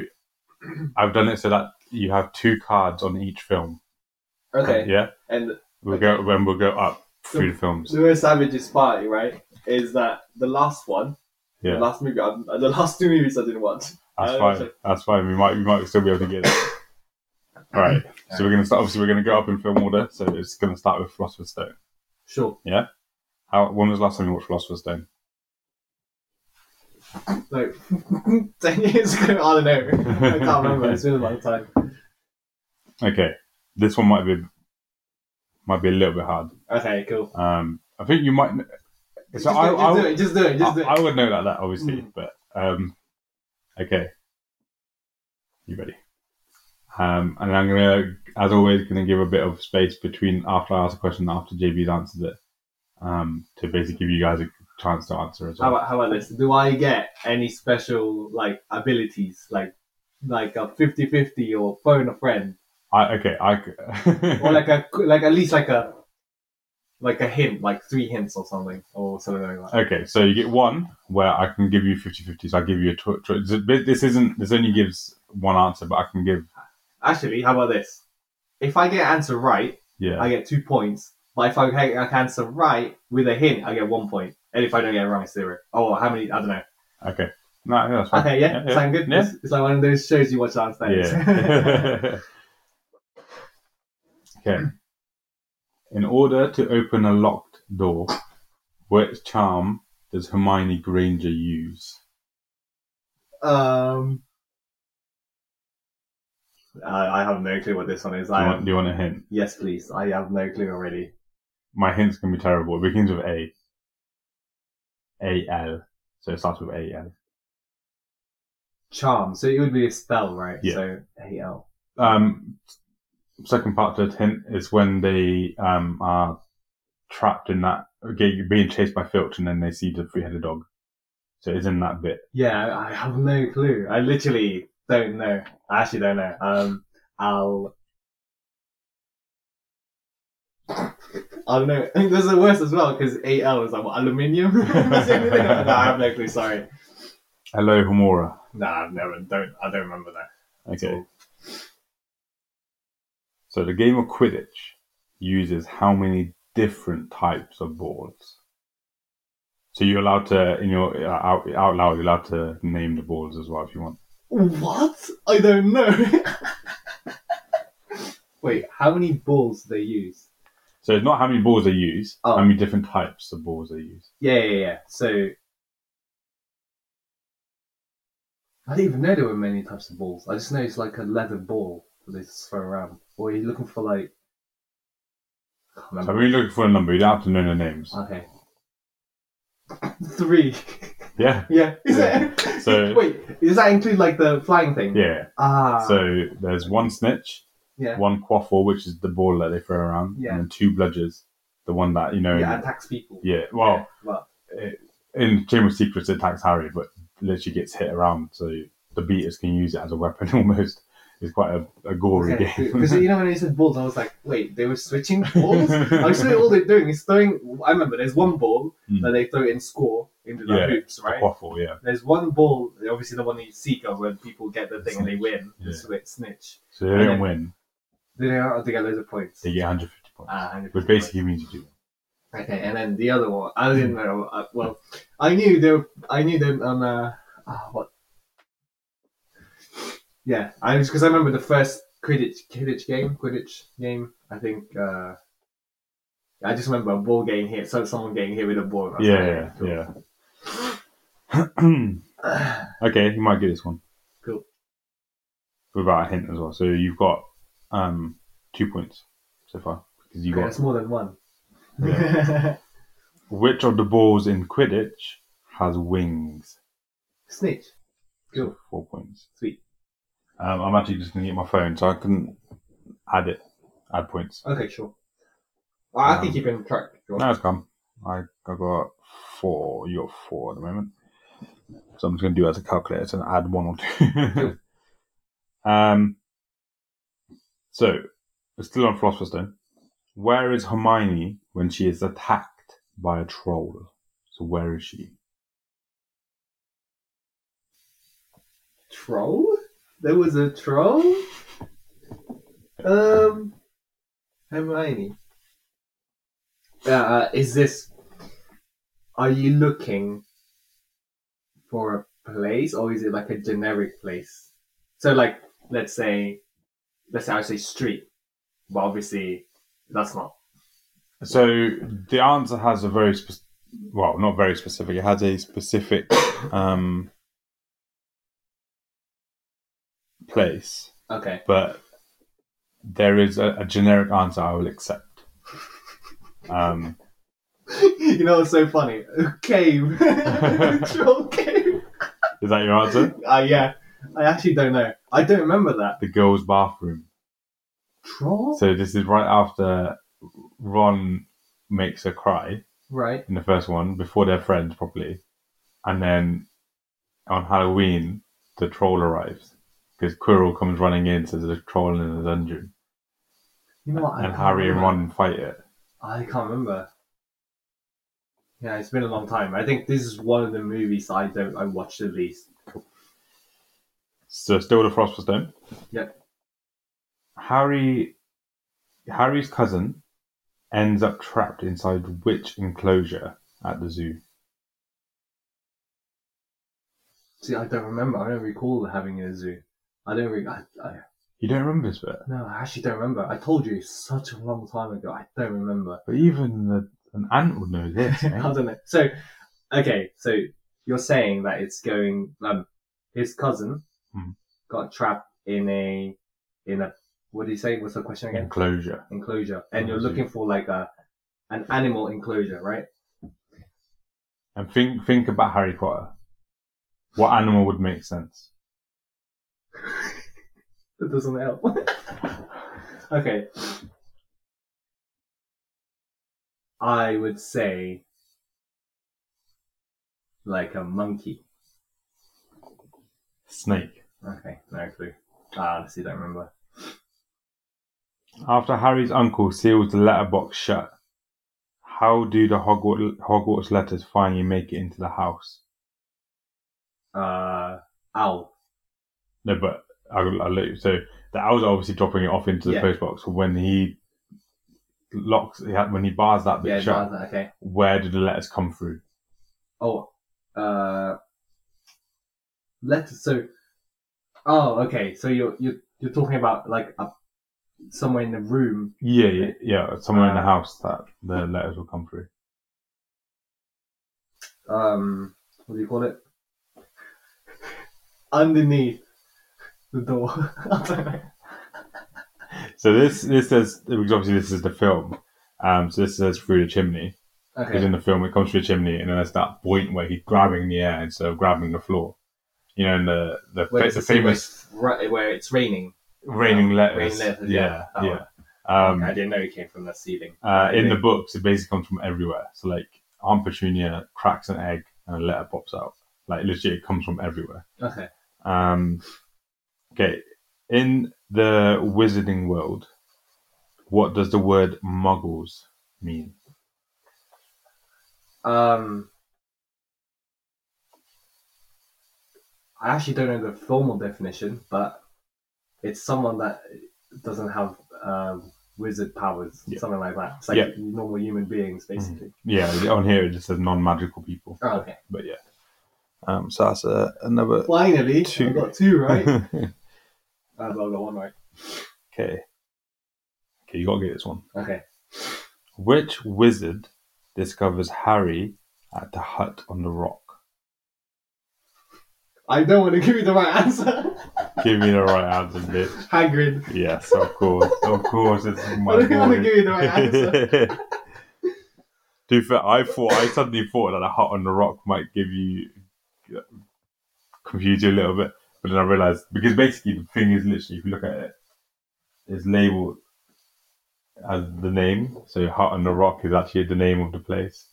S1: I've done it so that you have two cards on each film.
S4: Okay,
S1: Yeah.
S4: and
S1: We'll go when we'll go up through the films.
S4: the most Savage's party, right, is that the last one,
S1: Yeah.
S4: the last movie, I,
S3: uh,
S4: the last two movies I didn't watch.
S1: That's
S3: Um,
S4: I
S1: fine.
S4: also-
S1: That's fine. We might we might still be able to get it. All right. So we're gonna start. Obviously, we're gonna go up in film order. So it's gonna start with Philosopher's Stone.
S2: Sure.
S1: How? When was the last time you watched Philosopher's Stone?
S4: No, ten years ago, I don't know. I can't remember. It's been a long time.
S1: Okay. This one might be might be a little bit hard.
S2: Okay. Cool.
S1: Um, I think you might.
S4: Just,
S1: So I,
S4: do, it,
S1: I,
S4: just do it. Just do it. Just do it.
S1: I, I would know like that, obviously,
S4: Mm.
S1: but um, okay. You ready? Um, and I'm gonna, as always, gonna give a bit of space between after I ask a question and after JB's answers it, um, to basically give you guys a chance to answer as
S2: How
S1: well.
S2: about how about this? Do I get any special like abilities, like like a 50-50 or phone a friend,
S1: I, okay, I c-
S2: or like a like at least like a like a hint, like three hints or something, or something like that?
S1: okay. So you get one where I can give you 50-50, So I give you a tw- tw- this isn't this only gives one answer, but I can give
S2: Actually, how about this?
S3: If I get answer right,
S1: Yeah.
S3: I get two points. But if I get an answer right with a hint, I get one point. And if I don't get it wrong, it's zero. Oh, how many? I don't know.
S1: okay. No, that's fine.
S3: Okay, yeah,
S1: yeah.
S3: sound good.
S1: Yeah.
S3: It's, it's like one of those shows you watch downstairs.
S1: Yeah. okay. In order to open a locked door, which charm does Hermione Granger use?
S3: um, I, I have no clue what this one is.
S1: Do you,
S3: I
S1: want, do you want a hint?
S3: yes, please. I have no clue already.
S1: My hints can be terrible. It begins with A. A L. So it starts with A L.
S3: Charm. So it would be a spell, right?
S1: Yeah.
S3: So A L.
S1: Um, second part to the hint is when they um, are trapped in that, okay, being chased by Filch and then they see the three headed dog. So it's in that bit.
S3: Yeah, I- I have no clue. I literally don't know. I actually don't know. Um, I'll. I don't know. There's the worst as well because AL is like what, aluminium. That's the only thing I- no, I have no clue. Sorry.
S1: Hello, Homora.
S3: Nah, I've never. Don't. I don't remember that.
S1: Okay. So the game of Quidditch uses how many different types of balls? So you're allowed to, in your uh, out, out loud, you're allowed to name the balls as well if you want.
S3: What? I don't know. Wait, how many balls do they use?
S1: So it's not how many balls they use,
S3: Oh.
S1: how many different types of balls they use.
S3: Yeah, yeah, yeah. So I didn't even know there were many types of balls. I just know it's like a leather ball that they just throw around. Or are you looking for like? I can't
S1: So
S3: remember.
S1: we're looking for a number. You don't have to know the names.
S3: Okay. Three.
S1: Yeah.
S3: yeah. Is
S1: Yeah.
S3: it?
S1: So-
S3: wait, does that include like the flying thing?
S1: Yeah.
S3: Ah.
S1: So there's one snitch,
S3: Yeah.
S1: one quaffle, which is the ball that they throw around,
S3: Yeah.
S1: and then two bludgers, the one that you know.
S3: yeah, attacks people.
S1: yeah. Well,
S3: Well,
S1: in Chamber of Secrets it attacks Harry, but literally gets hit around, so the beaters can use it as a weapon almost. It's quite a, a gory game.
S3: Because you know when you said balls, I was like, wait, they were switching balls. I was like, all they're doing is throwing. I remember there's one ball
S1: Mm.
S3: that they throw in score into the
S1: Yeah,
S3: hoops,
S1: A
S3: right?
S1: Quaffle, yeah.
S3: There's one ball, obviously the one you seek of when people get the thing and they win.
S1: Yeah.
S3: The switch snitch.
S1: So they
S3: And
S1: don't
S3: then-
S1: win,
S3: They are they get loads of points.
S1: they get 150 points,
S3: Ah, 100%.
S1: which basically Hmm. means you do.
S3: Okay, and then the other one, I didn't know. I, uh, well, I knew they were, I knew them on uh, ah, what? Yeah, I because I remember the first Quidditch Quidditch game, Quidditch game. I think uh, I just remember a ball getting hit, so someone getting hit with a ball. and I was like,
S1: Yeah,
S3: "Okay,
S1: yeah, yeah.
S3: cool."
S1: okay, you might get this one.
S3: Cool.
S1: Without a hint as well. So you've got um, two points so far. Because you
S3: Okay,
S1: got
S3: that's more than one.
S1: which of the balls in Quidditch has wings?
S3: Snitch. Cool.
S1: Four points.
S3: Sweet.
S1: Um, I'm actually just going to get my phone, so I can add it, add points.
S3: Okay, sure. Well, I
S1: Um,
S3: think you can track. if you want.
S1: No, it's gone. I I got four. You got four at the moment. So I'm just going to do it as a calculator so add one or two. um. So we're still on Philosopher's Stone. Where is Hermione when she is attacked by a troll? So where is she?
S3: troll? There was a troll? Um, Hermione. Uh, is this. Are you looking for a place or is it like a generic place? So, like, let's say, let's say I say street, but obviously that's not.
S1: So the answer has a very spe- well, not very specific. It has a specific um, place,
S3: Okay.
S1: but there is a, a generic answer I will accept. Um,
S3: you know what's so funny? Cave. troll cave.
S1: is that your answer?
S3: Uh, yeah. I actually don't know. I don't remember that.
S1: The girls' bathroom.
S3: Troll?
S1: So this is right after Ron makes her cry.
S3: Right.
S1: in the first one before they're friends properly, and then on Halloween the troll arrives because Quirrell comes running in says there's a troll in the dungeon,
S3: You know what? I
S1: and
S3: can't
S1: Harry and
S3: remember.
S1: Ron fight it.
S3: I can't remember. Yeah, it's been a long time. I think this is one of the movies I don't I watched the least.
S1: So still the Philosopher's Stone.
S3: Yep.
S1: Harry Harry's cousin ends up trapped inside which enclosure at the zoo?
S2: See, I don't remember. I don't recall having a zoo. I don't. Re- I, I,
S1: You don't remember this bit,
S2: no, I actually don't remember. I told you it's such a long time ago. I don't remember.
S1: but even the, an ant would know this. eh?
S2: I don't know. So, okay, so you're saying that it's going. Um, his cousin
S1: Hmm.
S2: got trapped in a in a what do you say? What's the question again?
S1: enclosure.
S2: Enclosure, and you're
S1: Enclosure.
S2: looking for like a an animal enclosure, right?
S1: And think think about Harry Potter. What animal would make sense?
S2: That doesn't help. okay. I would say like a monkey.
S1: Snake.
S2: Okay, no clue. I honestly don't remember.
S1: After Harry's uncle seals the letterbox shut, how do the Hogwarts, Hogwarts letters finally make it into the house?
S2: Uh, owl.
S1: No, but I'll, I'll let you. So the owl's obviously dropping it off into the
S2: Yeah.
S1: postbox. When he locks, he ha- when he bars that bit
S2: Yeah,
S1: shut,
S2: Jonathan, okay.
S1: where do the letters come through?
S2: Oh, uh, letters. So, oh, okay. So you're you're you're talking about like a somewhere in the room.
S1: Yeah, yeah, yeah somewhere in the
S2: Uh,
S1: house that the letters will come through.
S2: um, what do you call it? Underneath the door. I don't know.
S1: So this this says because obviously this is the film. Um, so this says through the chimney. Because
S2: okay.
S1: in the film, it comes through the chimney, and then there's that point where he's grabbing the air instead of grabbing the floor. You know, and the the,
S2: Where
S1: it's the famous
S2: right where it's raining.
S1: raining letters.
S2: Raining letters,
S1: yeah,
S2: yeah, that
S1: yeah. Um,
S2: I didn't know it came from the ceiling.
S1: uh, in the books, it basically comes from everywhere. So like Aunt Petunia cracks an egg, and a letter pops out. Like legit, it comes from everywhere.
S2: Okay.
S1: Um, okay, in the wizarding world, what does the word muggles mean?
S2: Um, I actually don't know the formal definition, but it's someone that doesn't have um, wizard powers,
S1: Yeah.
S2: something like that. It's like
S1: Yeah. Mm-hmm.
S2: normal human beings, basically.
S1: Yeah, on here it just says non-magical people.
S2: Oh, okay.
S1: But yeah, um, so that's uh, another.
S2: Finally,
S1: Two.
S2: I got two right. uh,
S1: okay,
S2: but I got Uh, one right.
S1: okay, you gotta get this one.
S2: Okay.
S1: Which wizard discovers Harry at the hut on the rock?
S2: I don't want to give you the right answer.
S1: Give me the right answer, bitch.
S2: Hagrid.
S1: Yes, of course, of course. It's my
S2: I don't want to
S1: boy.
S2: give you the right answer.
S1: Do you feel, I thought I suddenly thought that a hut on the rock might give you confuse you a little bit, but then I realized because basically the thing is literally if you look at it, it's labeled as the name. So hut on the rock is actually the name of the place.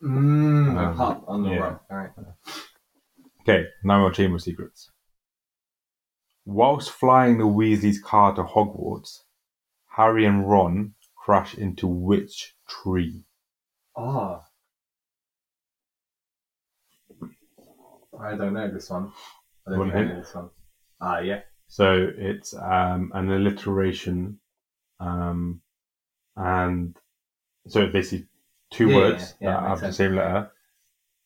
S2: Mmm,
S1: Um,
S2: a hut on the
S1: yeah.
S2: rock. All right.
S1: Okay, now our chamber of secrets. Whilst flying the Weasley's car to Hogwarts, Harry and Ron crash into which tree?
S2: Oh. I don't know this one. I don't
S1: One
S2: think I
S1: hint.
S2: know this one. Ah, yeah.
S1: So it's um, an alliteration, um, and so it's basically two
S2: Yeah,
S1: words
S2: yeah, yeah,
S1: that have
S2: makes
S1: the
S2: sense.
S1: same letter,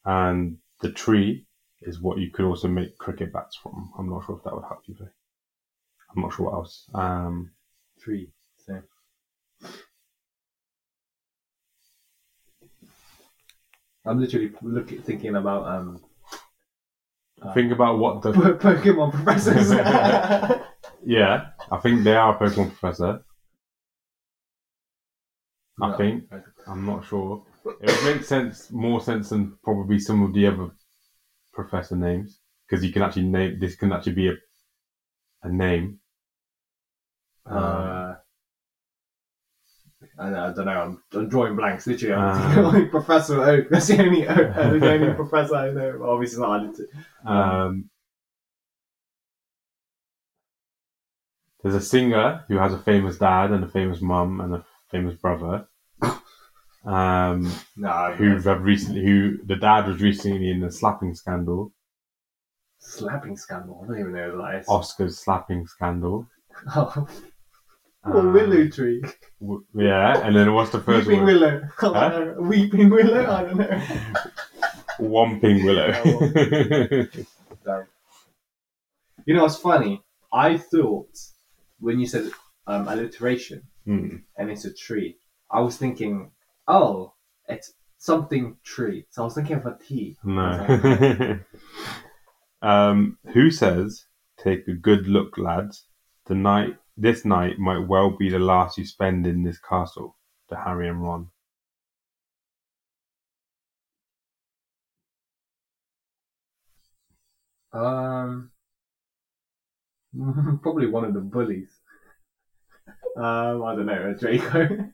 S1: and the tree is what you could also make cricket bats from. I'm not sure if that would help you. Though. I'm not sure what else. Um,
S2: Three. So. I'm literally looking, thinking about um Uh,
S1: think about what the
S2: po- Pokemon professors. I
S1: yeah. I think they are a Pokemon professor. I think I'm not sure. It would make sense, more sense than probably some of the other professor names, because you can actually name this can actually be a a name. Ah,
S2: Uh,
S3: uh,
S2: I, don't know. I'm, I'm drawing blanks. Literally, I'm
S1: Um,
S2: the only Professor Oak. That's the only Oak, uh, the only Professor I know. Obviously, not. I did-
S1: Um, there's a singer who has a famous dad and a famous mum and a famous brother. Um,
S2: No, I don't
S1: who
S2: know.
S1: have recently, who the dad was recently in a slapping scandal,
S2: slapping scandal. I don't even know what that is.
S1: Oscar's slapping scandal.
S3: uh,
S2: Or willow tree.
S1: Um, w- yeah, and then what's the first
S2: Weeping
S1: word?
S2: willow. Oh,
S1: Huh?
S2: I
S3: Uh,
S2: don't know. Weeping willow. I don't know.
S1: Whomping willow.
S3: Sorry. You know, it's funny. I thought when you said um, alliteration
S1: Hmm.
S3: and it's a tree, I was thinking, oh, it's something tree. So I was thinking of a T.
S1: No. um, who says, "Take a good look, lads. The night, this night, might well be the last you spend in this castle." To Harry and Ron.
S3: Um, probably one of the bullies. Um, I don't know, a Draco.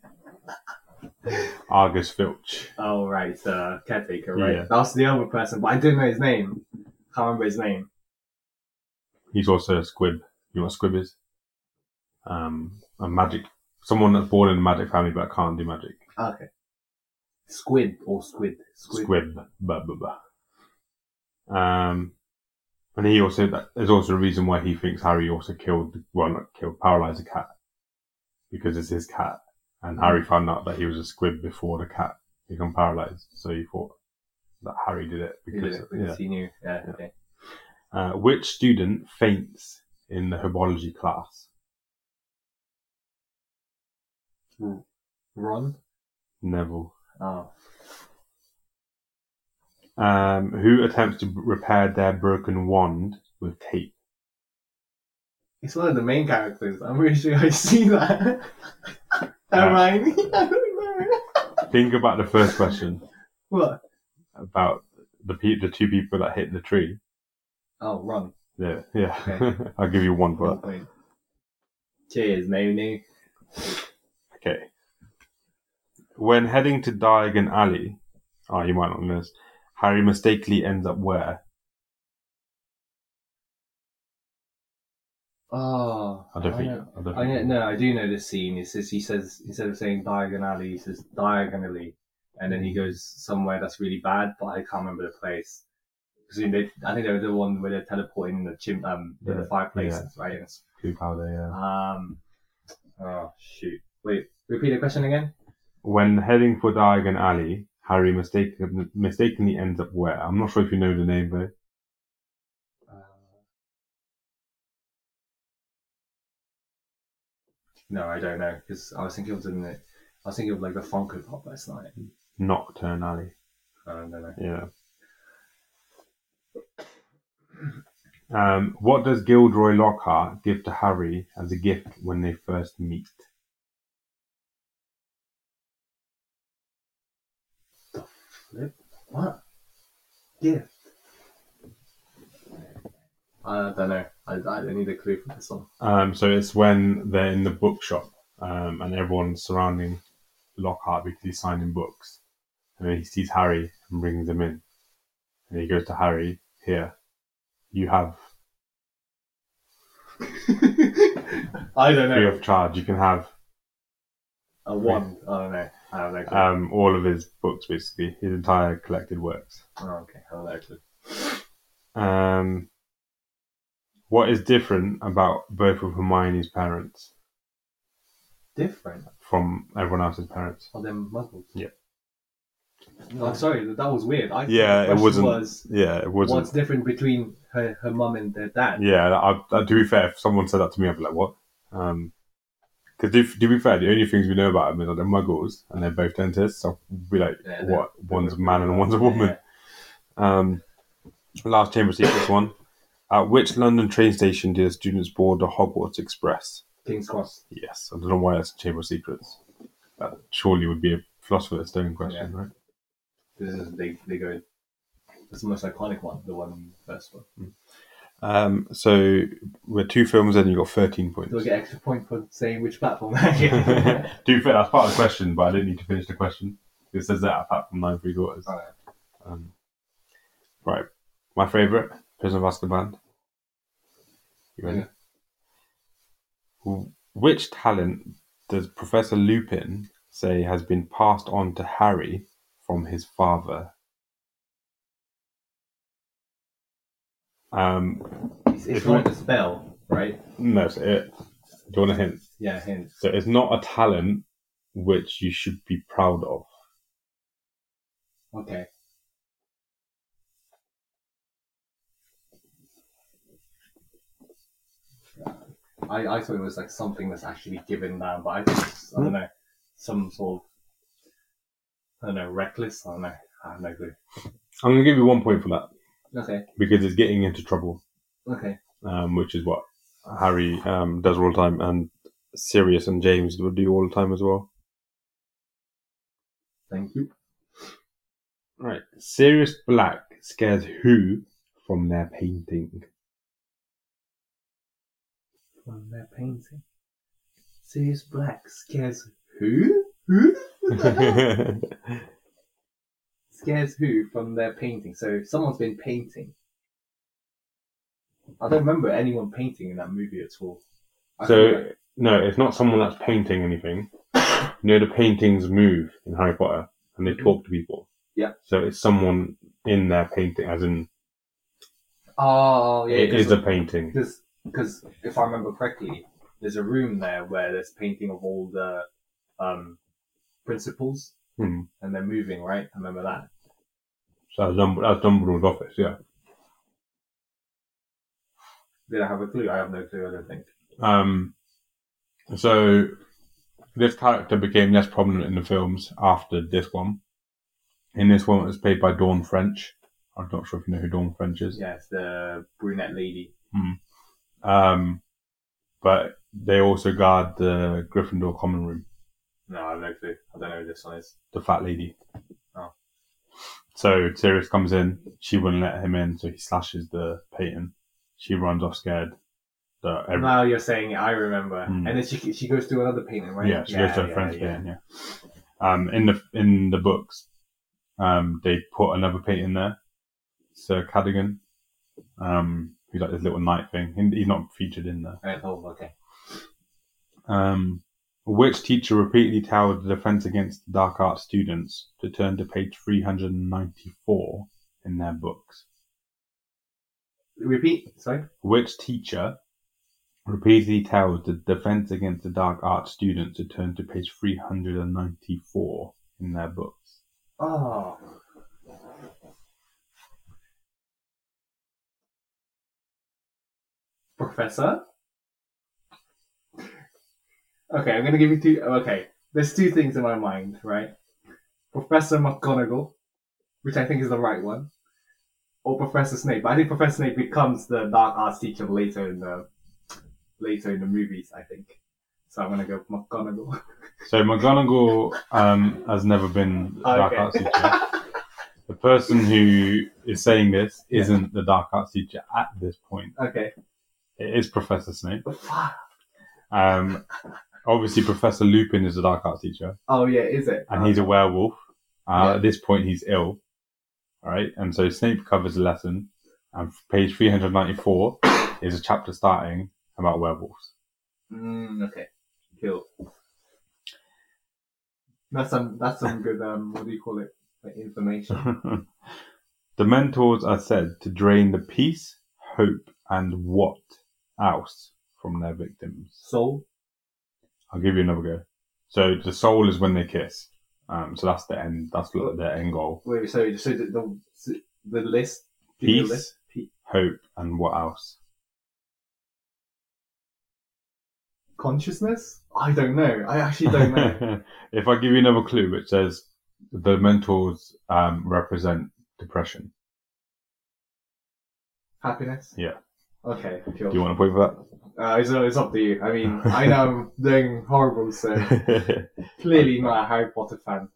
S1: Argus Filch.
S3: oh right, uh, caretaker, right?
S1: Yeah.
S3: That's the other person, but I didn't know his name. Can't remember his name.
S1: He's also a squib. You know what a squib is? Um, a magic. Someone that's born in a magic family but can't do magic.
S3: Okay. Squid or squid? Squid.
S1: Squib. Blah, blah, blah. Um, and he also, that, there's also a reason why he thinks Harry also killed, well, not killed, paralyzed a cat. Because it's his cat. And Harry found out that he was a squib before the cat became paralyzed. So he thought that Harry did it.
S3: He did
S1: Because,
S3: it because he knew. Yeah, okay.
S1: yeah. Uh, which student faints in the herbology class?
S3: Hmm. Ron?
S1: Neville.
S3: Oh.
S1: Um, who attempts to b- repair their broken wand with tape?
S3: He's one of the main characters. I'm
S2: I'm
S3: really
S2: pretty sure I see that. Hermione. I don't know.
S1: Think about the first question
S2: What?
S1: about the pe- the two people that hit the tree.
S3: Oh, Ron.
S1: Yeah, yeah. I'll give you one for that.
S3: Wait. Cheers, Nunu.
S1: Okay. When heading to Diagon Alley, oh, you might not know this. Harry mistakenly ends up where?
S3: Oh,
S1: I don't think.
S3: know-
S1: I don't
S3: I know,
S1: think.
S3: no, I do know this scene. It says he says instead of saying diagonally, he says diagonally, and then he goes somewhere that's really bad, but I can't remember the place. 'Cause they, I think they were the one where they're teleporting in the chim, um, in the
S1: Yeah,
S3: fireplaces, right? And it's-
S1: Clue powder, yeah.
S3: um, oh shoot! Wait, repeat the question again.
S1: When heading for Diagon Alley, Harry mistaken, mistakenly ends up where? I'm not sure if you know the name though.
S3: Uh, no, I don't know because I was thinking of the, I was thinking of like the Funko Pop last night.
S1: Nocturne Alley.
S3: I don't know.
S1: Yeah. Um, what does Gilderoy Lockhart give to Harry as a gift when they first meet?
S3: What? Gift. I don't know. I, I don't need a clue for this one.
S1: Um, so it's when they're in the bookshop um, and everyone's surrounding Lockhart because he's signing books. And then he sees Harry and brings him in. And he goes to Harry, here, you have
S3: I don't
S1: free
S3: know.
S1: of charge, you can have
S3: A wand. I don't know. I have no clue.
S1: um, all of his books, basically, his entire collected works.
S3: oh, okay. I have no clue.
S1: Um, what is different about both of Hermione's parents
S3: Different.
S1: from everyone else's parents?
S3: Well, then muggles.
S1: Yeah.
S3: I'm sorry. That, that was weird. I thought
S1: Yeah,
S3: the
S1: it
S3: question
S1: wasn't-
S3: Was,
S1: Yeah, it wasn't.
S3: what's different between her, her mum and their dad?
S1: Yeah, I, I, to be fair, if someone said that to me, I'd be like, what? Because if, to be fair, the only things we know about them is that they're muggles and they're both dentists. So we'd be like,
S3: Yeah, they're-
S1: what? One's a man and one's a woman. Um, last Chamber of Secrets one. At which London train station do the students board the Hogwarts Express?
S3: King's Cross.
S1: Yes, I don't know why that's a Chamber of Secrets. That surely would be a Philosopher's Stone question, right?
S3: This is they they go. It's the most iconic one. The one first one.
S1: Um, so we're two films in, you got 13 points.
S3: Do I get extra point for saying which platform?
S1: to be fair, that's part of the question, but I didn't need to finish the question. It says that apart from nine three quarters.
S3: Alright.
S1: Um, right, my favourite, Prison of Azkaban. You ready?
S3: Yeah.
S1: Wh- Which talent does Professor Lupin say has been passed on to Harry from his father? Um,
S3: It's, it's
S1: If you Um,
S3: not a spell, right?
S1: no, so it. Do you want a hint?
S2: Yeah, him.
S1: So it's not a talent which you should be proud of.
S2: Okay. I, I thought it was like something that's actually given down by, I don't know, some sort of, I don't know, reckless. I don't know. I have no clue.
S1: I'm going to give you one point for that
S2: Okay.
S1: because it's getting into trouble,
S2: Okay.
S1: um, which is what Harry um, does all the time, and Sirius and James would do all the time as well.
S2: Thank you.
S1: Right. Sirius Black scares who from their painting?
S2: From their painting. Sirius Black scares who? Who? What the hell? scares who from their painting. So if someone's been painting. I don't remember anyone painting in that movie at all. I
S1: So-
S2: feel like-
S1: no, it's not someone that's painting anything. You know, the paintings move in Harry Potter and they talk to people.
S4: Yeah.
S1: So it's someone in their painting, as in
S2: oh yeah,
S1: it is a
S2: because
S1: painting.
S2: because because if I remember correctly, there's a room there where there's painting of all the um, principals
S1: Hmm.
S2: and they're moving right. I remember that.
S1: So that's Dumb- that's Dumbledore's office, yeah.
S2: Did I have a clue? I have no clue. I don't think.
S1: Um, so this character became less prominent in the films after this one. In this one, it was played by Dawn French. I'm not sure if you know who Dawn French is.
S2: Yeah, it's the brunette lady.
S1: Um, but they also guard the Gryffindor common room,
S2: No, I have no clue. I don't know who this one is.
S1: the fat lady.
S2: Oh.
S1: So Sirius comes in. She wouldn't let him in, so he slashes the painting. She runs off scared. So every-
S2: Now you're saying it, I remember.
S1: Hmm.
S2: And then she she goes to another painting, right?
S1: Yeah, she goes to her friend's
S2: yeah.
S1: painting. Yeah. Um, in the in the books, um, they put another painting there, Sir Cadogan, um, who's like this little knight thing. He- He's not featured in there.
S2: Right, oh, okay.
S1: Um, which teacher repeatedly towered the defense against the dark arts students to turn to page 394 in their books?
S2: Repeat. Sorry.
S1: Which teacher repeatedly towered the defense against the dark arts students to turn to page 394 in their books?
S2: Oh. Professor. Okay, I'm gonna give you two. Okay, there's two things in my mind, right? Professor McGonagall, which I think is the right one, or Professor Snape. But I think Professor Snape becomes the dark arts teacher later in the later in the movies. I think. So I'm gonna go McGonagall.
S1: So McGonagall um, has never been the dark
S2: Okay.
S1: arts teacher. The person who is saying this isn't the dark arts teacher at this point.
S2: okay.
S1: It is Professor Snape.
S2: Fuck.
S1: Um, obviously, Professor Lupin is the dark arts teacher,
S2: Oh yeah, is it?
S1: and he's a werewolf. Uh,
S2: Yeah.
S1: At this point, he's ill. All right, and so Snape covers the lesson, and page 394 is a chapter starting about werewolves.
S2: Mm, okay. Cool. That's some that's some good um what do you call it? Like information.
S1: the mentors are said to drain the peace, hope, and what else from their victims.
S2: Soul.
S1: I'll give you another go. So the soul is when they kiss. Um, so that's the end. That's the- their end goal.
S2: Wait, so so the the, so the list. give me the
S1: Peace,
S2: list. Pe-
S1: hope, and what else?
S2: consciousness? I don't know. I actually don't know.
S1: if I give you another clue, which says the mentors um, represent depression.
S2: Happiness.
S1: Yeah.
S2: Okay.
S1: Do
S2: Cool.
S1: you want a point for
S2: uh, it's it's up to you. I mean, I know I'm doing horrible, so
S1: that?
S2: clearly not a Harry Potter fan.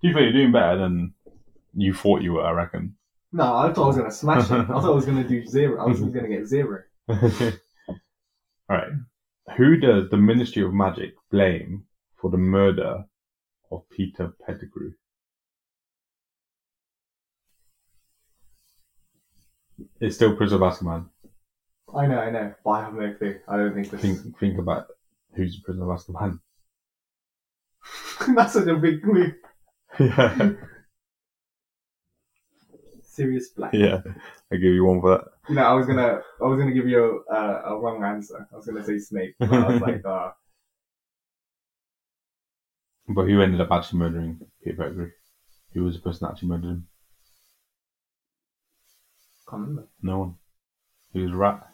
S1: Do you feel you're doing better than you thought you were? I reckon.
S2: No, I thought I was gonna smash it. I thought I was gonna do zero. I was gonna get zero.
S1: All right. Who does the Ministry of Magic blame for the murder of Peter Pettigrew? It's still Prisoner of Azkaban.
S2: I know, I know, but I have no clue. I don't think this.
S1: Think, think about who's Prisoner of Azkaban.
S2: that's such a big clue.
S1: yeah.
S2: Serious black.
S1: Yeah. I give you one for
S3: No, I was gonna, I was gonna give you a, a wrong answer. I was gonna say Snape. But I was like, uh,
S1: that. But who ended up actually murdering Peter Pettigrew? Who was the person that actually murdered him?
S3: can't remember.
S1: No one. He was a rat.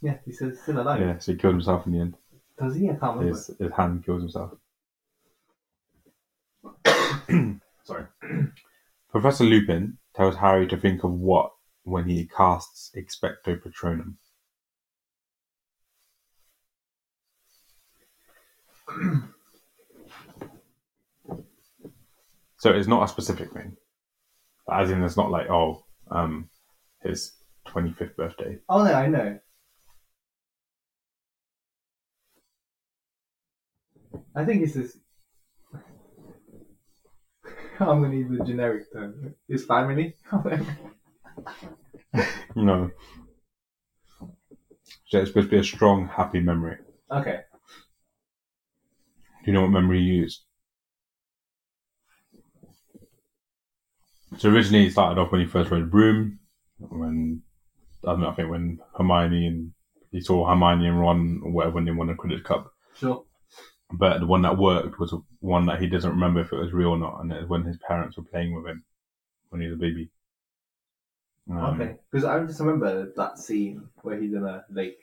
S3: Yeah, he says still alive.
S1: Yeah, so he killed himself in the end.
S3: Does he? I can't remember.
S1: His, his hand kills himself.
S2: Sorry.
S1: Professor Lupin tells Harry to think of what when he casts Expecto Patronum. so it's not a specific thing. As in, it's not like, oh, um, his 25th birthday.
S3: Oh no, I know. I think it's this. I'm gonna use a generic term. His family.
S1: No. So it's supposed to be a strong, happy memory.
S3: okay.
S1: Do you know what memory you used? So originally it started off when he first read Broom, when I don't know, I think when Hermione and he saw Hermione and Ron or whatever when they won the Quidditch Cup.
S3: Sure.
S1: But the one that worked was one that he doesn't remember if it was real or not, and it was when his parents were playing with him when he was a baby. Um,
S3: okay. Because I just remember that scene where he's in a lake,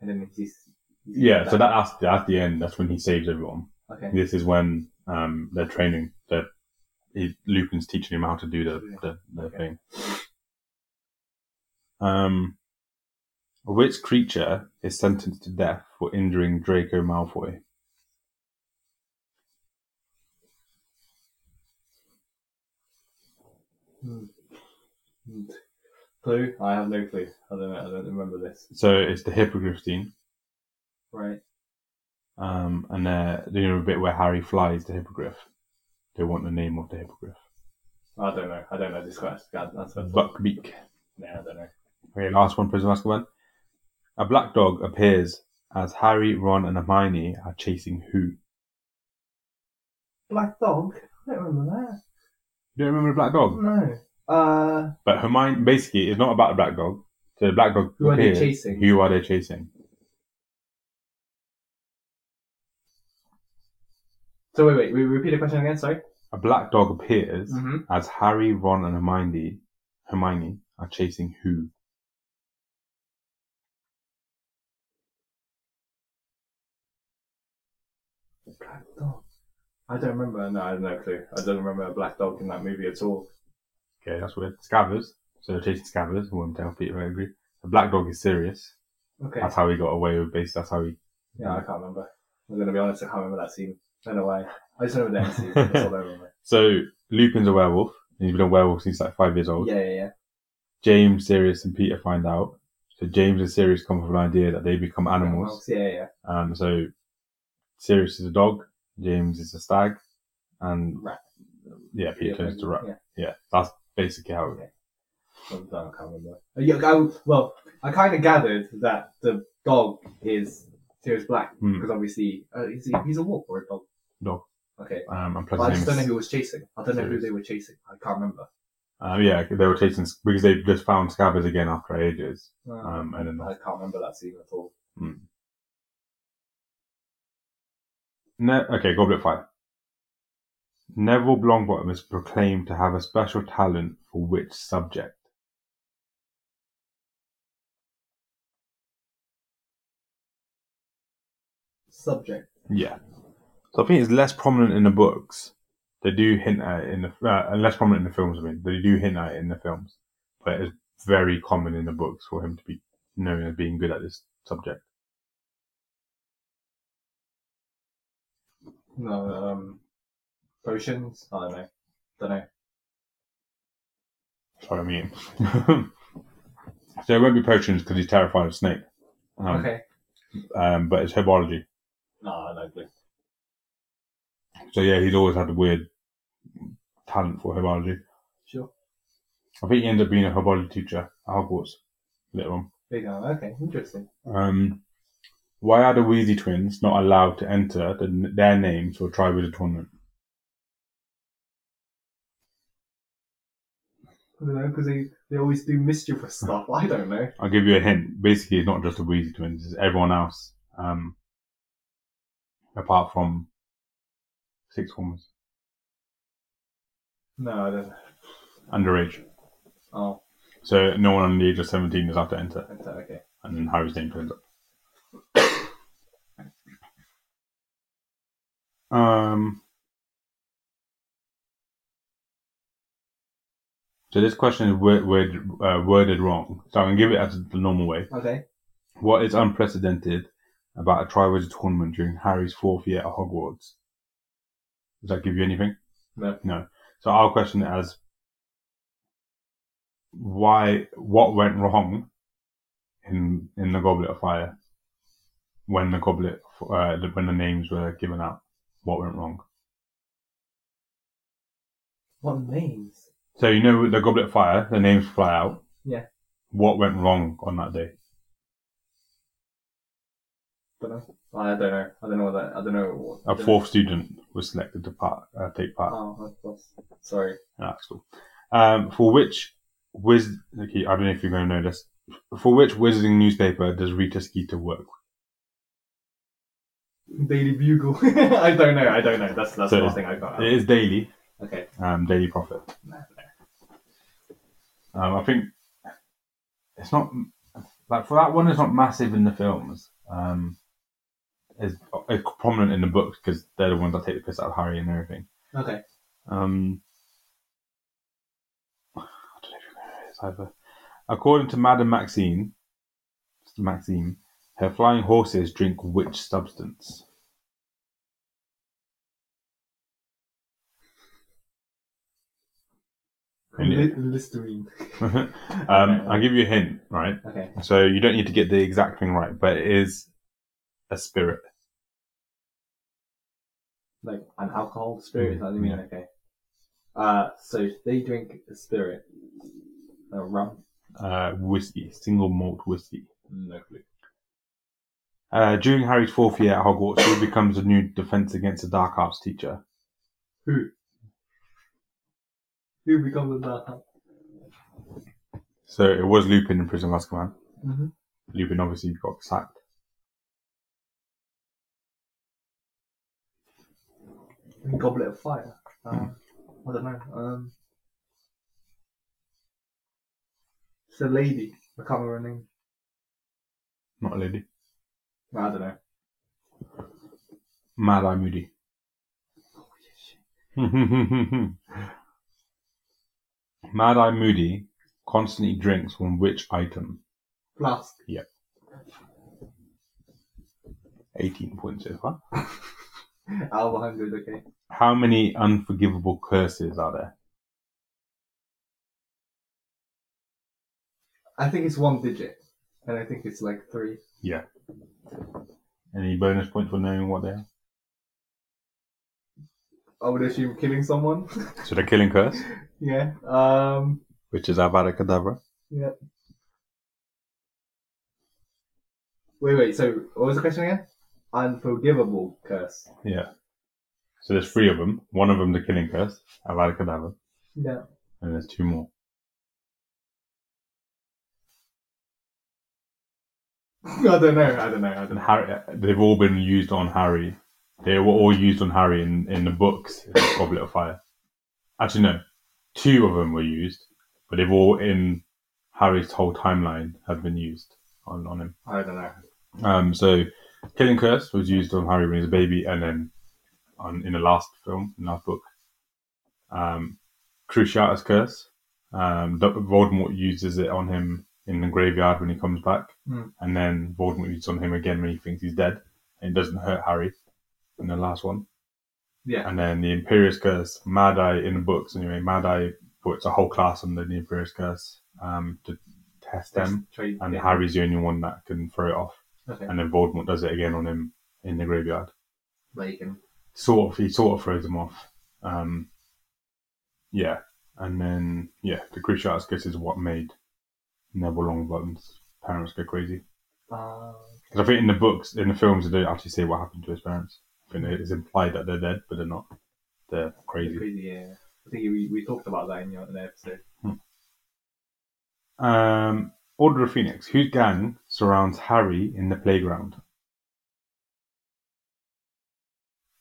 S3: and then he's. he's
S1: Yeah, so that, that's that's the end. That's when he saves everyone.
S3: Okay.
S1: This is when um, they're training. They're, he, Lupin's teaching him how to do the, the, the
S3: Okay.
S1: thing. Um, which creature is sentenced to death for injuring Draco Malfoy?
S3: Clue? I have no clue. I don't. I don't remember this.
S1: So it's the Hippogriffstein.
S3: Right.
S1: Um, and uh, you know, a bit where Harry flies the Hippogriff. They want the name of the Hippogriff.
S3: I don't know. I don't know this question. That, that's what.
S1: Buckbeak.
S3: Nah, I don't know.
S1: Okay, last one, Prisoner of Azkaban. A black dog appears as Harry, Ron, and Hermione are chasing who?
S3: Black dog. I don't remember that.
S1: You don't remember the black dog?
S3: No. Uh,
S1: But Hermione, basically, it's not about the black dog. So the black dog.
S3: Who are they
S1: appears.
S3: chasing?
S1: Who are they chasing?
S3: so wait, wait. We repeat the question again. Sorry.
S1: A black dog appears
S3: Mhm.
S1: as Harry, Ron, and Hermione, Hermione are chasing who?
S3: Black dog. I don't remember. No, I have no clue. I don't remember a black dog in that movie at all.
S1: Okay, that's weird. Scabbers. So they're chasing Scabbers. Worm tail Peter agree. The black dog is serious.
S3: Okay.
S1: That's how he got away with base. That's how he.
S3: Yeah, I can't remember. I'm gonna be honest. I can't remember that scene. I don't know why. I just remember that scene. That's all I remember.
S1: So Lupin's a werewolf. He's been a werewolf since like five years old.
S3: Yeah, yeah, yeah.
S1: James, Sirius, and Peter find out. So James and Sirius come up with an idea that they become animals.
S3: Yeah, yeah, yeah.
S1: Um, so Sirius is a dog, James is a stag, and
S3: Rat.
S1: yeah, Peter
S3: yeah,
S1: turns to rat.
S3: Yeah.
S1: Yeah, that's basically how. It,
S3: Well, I can't remember. Uh, Yeah, I, well, I kind of gathered that the dog is Sirius Black
S1: Hmm.
S3: because obviously uh, he's, a, he's a wolf or a dog.
S1: Dog.
S3: Okay,
S1: um, and
S3: but I
S1: plus his
S3: just don't know
S1: name is,
S3: who was chasing. I don't know who
S1: Sirius.
S3: they were chasing. I can't remember.
S1: um, yeah, they were chasing because they just found Scabbers again after ages.
S3: Uh,
S1: Um, and then
S3: I can't remember that scene at all.
S1: Ne- okay, Goblet of Fire. Neville Longbottom is proclaimed to have a special talent for which subject?
S3: Subject.
S1: Yeah. So I think it's less prominent in the books. They do hint at it in the uh, less prominent in the films. I mean, they do hint at it in the films, but it's very common in the books for him to be known as being good at this subject.
S3: No, um, potions. I don't know. Don't know.
S1: That's what I mean. so it won't be potions because he's terrified of Snape. Um,
S3: okay.
S1: um, but it's herbology.
S3: No, no clue.
S1: So yeah, he's always had a weird talent for herbology.
S3: Sure.
S1: I think he ended up being a herbology teacher at Hogwarts later on.
S3: Big one. Okay, interesting.
S1: Um, why are the Weasley twins not allowed to enter the, their names or try with the tournament?
S3: I don't know because they They always do mischievous stuff. I don't know.
S1: I'll give you a hint. Basically, it's not just the Wheezy twins; it's everyone else, um, apart from six formers
S3: No, I don't.
S1: underage.
S3: Oh,
S1: So no one under the age of seventeen is allowed to enter,
S3: that's okay.
S1: and then Harry's name turns up. um. So this question is word, word, uh, worded wrong. So I'm gonna give it as the normal way.
S3: Okay.
S1: What is unprecedented about a Triwizard tournament during Harry's fourth year at Hogwarts? Does that give you anything?
S3: No.
S1: No. So I'll question it as why what went wrong in in the Goblet of Fire when the goblet uh, when the names were given out? What went wrong?
S3: What names?
S1: So you know with the Goblet of Fire, the names fly out.
S3: Yeah.
S1: What went wrong on that day?
S3: Don't know. I don't know. I don't know what that. I don't know what.
S1: A fourth student was selected to part, uh, take part.
S3: Oh, of course. Sorry.
S1: Ah, That's cool. Um, for which wiz? Okay, I don't know if you're going to know this. For which wizarding newspaper does Rita Skeeter work?
S3: Daily Bugle. I don't know. I don't know. That's that's
S1: So-
S3: the one thing I got.
S1: It is Daily,
S3: Okay.
S1: um, Daily Prophet. Um, I think it's not like for that one. It's not massive in the films. Um, it's, it's prominent in the books because they're the ones that take the piss out of Harry and everything.
S3: Okay.
S1: Um, I don't know if you remember this either. According to Madame Maxine, Maxime, her flying horses drink which substance?
S3: Li- Listerine.
S1: um, I'll give you a hint, right?
S3: Okay.
S1: So you don't need to get the exact thing right, but it is a spirit.
S3: Like an alcohol spirit. Is that what you mean?
S1: Yeah.
S3: Okay. Uh, so they drink a spirit. A rum.
S1: Uh, whiskey, single malt whiskey.
S3: No clue.
S1: Uh, during Harry's fourth year at Hogwarts, he becomes the new Defense Against the Dark Arts teacher.
S3: Who? Who becomes a dark?
S1: So it was Lupin in Prison of Azkaban.
S3: Mm-hmm.
S1: Lupin obviously got sacked.
S3: Goblet of Fire. Um, I don't know. Um, it's a lady. I can't remember her name.
S1: Not a lady.
S3: I don't know.
S1: Mad Eye Moody. Mad Eye Moody constantly drinks from which item?
S3: Flask.
S1: 18 points so far.
S3: Out of 100, okay.
S1: How many unforgivable curses are there?
S3: I think it's one digit. And I think it's like three.
S1: Any bonus points for knowing what they are?
S3: I would assume killing someone.
S1: So the killing curse,
S3: yeah. Um,
S1: which is Avada Kedavra.
S3: wait, wait. So what was the question again? Unforgivable curse.
S1: Yeah. So there's three of them. One of them the killing curse, Avada Kedavra,
S3: Yeah.
S1: and there's two more.
S3: I don't know. I don't know. I don't
S1: And
S3: know.
S1: uh, Harry, they've all been used on Harry. They were all used on Harry in, in the books, in the Goblet of Fire. Actually, no, two of them were used, but they've all in Harry's whole timeline have been used on, on him.
S3: I don't know.
S1: Um, so, Killing Curse was used on Harry when he was a baby, and then on in the last film, in the last book, um, Cruciatus Curse. Um, Dr. Voldemort uses it on him in the graveyard when he comes back,
S3: Hmm.
S1: and then Voldemort uses it on him again when he thinks he's dead, and it doesn't hurt Harry in the last one.
S3: Yeah.
S1: And then the Imperious Curse, Mad Eye in the books anyway, Mad Eye puts a whole class under the Imperious Curse um, to test them
S3: Trade.
S1: and
S3: yeah.
S1: Harry's the only one that can throw it off.
S3: Okay.
S1: And then Voldemort does it again on him in the graveyard.
S3: Bacon.
S1: Sort of, he sort of throws him off. Um, yeah, and then yeah, the Cruciatus Kiss is what made Neville Longbottom's parents go crazy.
S3: Um,
S1: Because I think in the books, in the films, they don't actually say what happened to his parents. I think it's implied that they're dead, but they're not. They're crazy.
S3: crazy. Yeah. I think we, we talked about that in your in the episode.
S1: Um, Order of Phoenix. Whose gang surrounds Harry in the playground?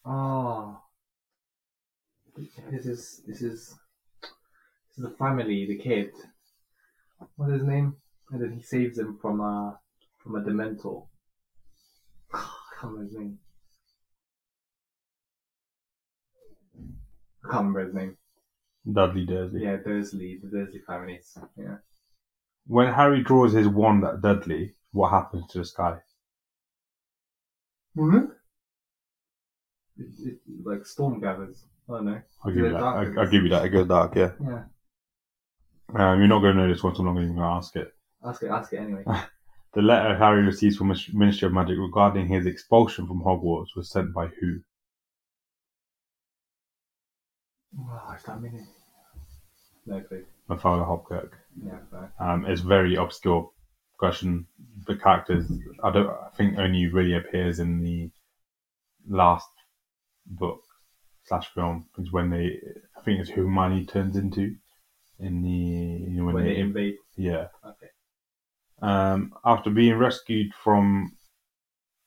S3: Ah. This is this is this is the family, the kid. What's his name? And then he saves him from a from a dementor. I can't remember his name. I can't remember his name.
S1: Dudley Dursley.
S3: Yeah, Dursley, the Dursley family. Yeah.
S1: When Harry draws his wand at Dudley, what happens to the sky?
S3: Mm-hmm. It, it, like storm gathers. I don't know.
S1: I'll give you
S3: Yeah,
S1: that.
S3: dark
S1: I, I'll give you that. It goes dark. Yeah.
S3: Yeah.
S1: Um, you're not going to know this one, so I'm not even going to ask it.
S3: Ask it. Ask it anyway.
S1: The letter Harry receives from the Ministry of Magic regarding his expulsion from Hogwarts was sent by who?
S3: Wow, is that many? No clue.
S1: Mathilda Hopkirk.
S3: Yeah. No.
S1: Um, it's very obscure question. The characters, I don't, I think only really appears in the last book slash film is when they, I think it's who Hermione turns into in the you know, when,
S3: When
S1: they,
S3: they invade.
S1: yeah.
S3: Okay.
S1: Um, after being rescued from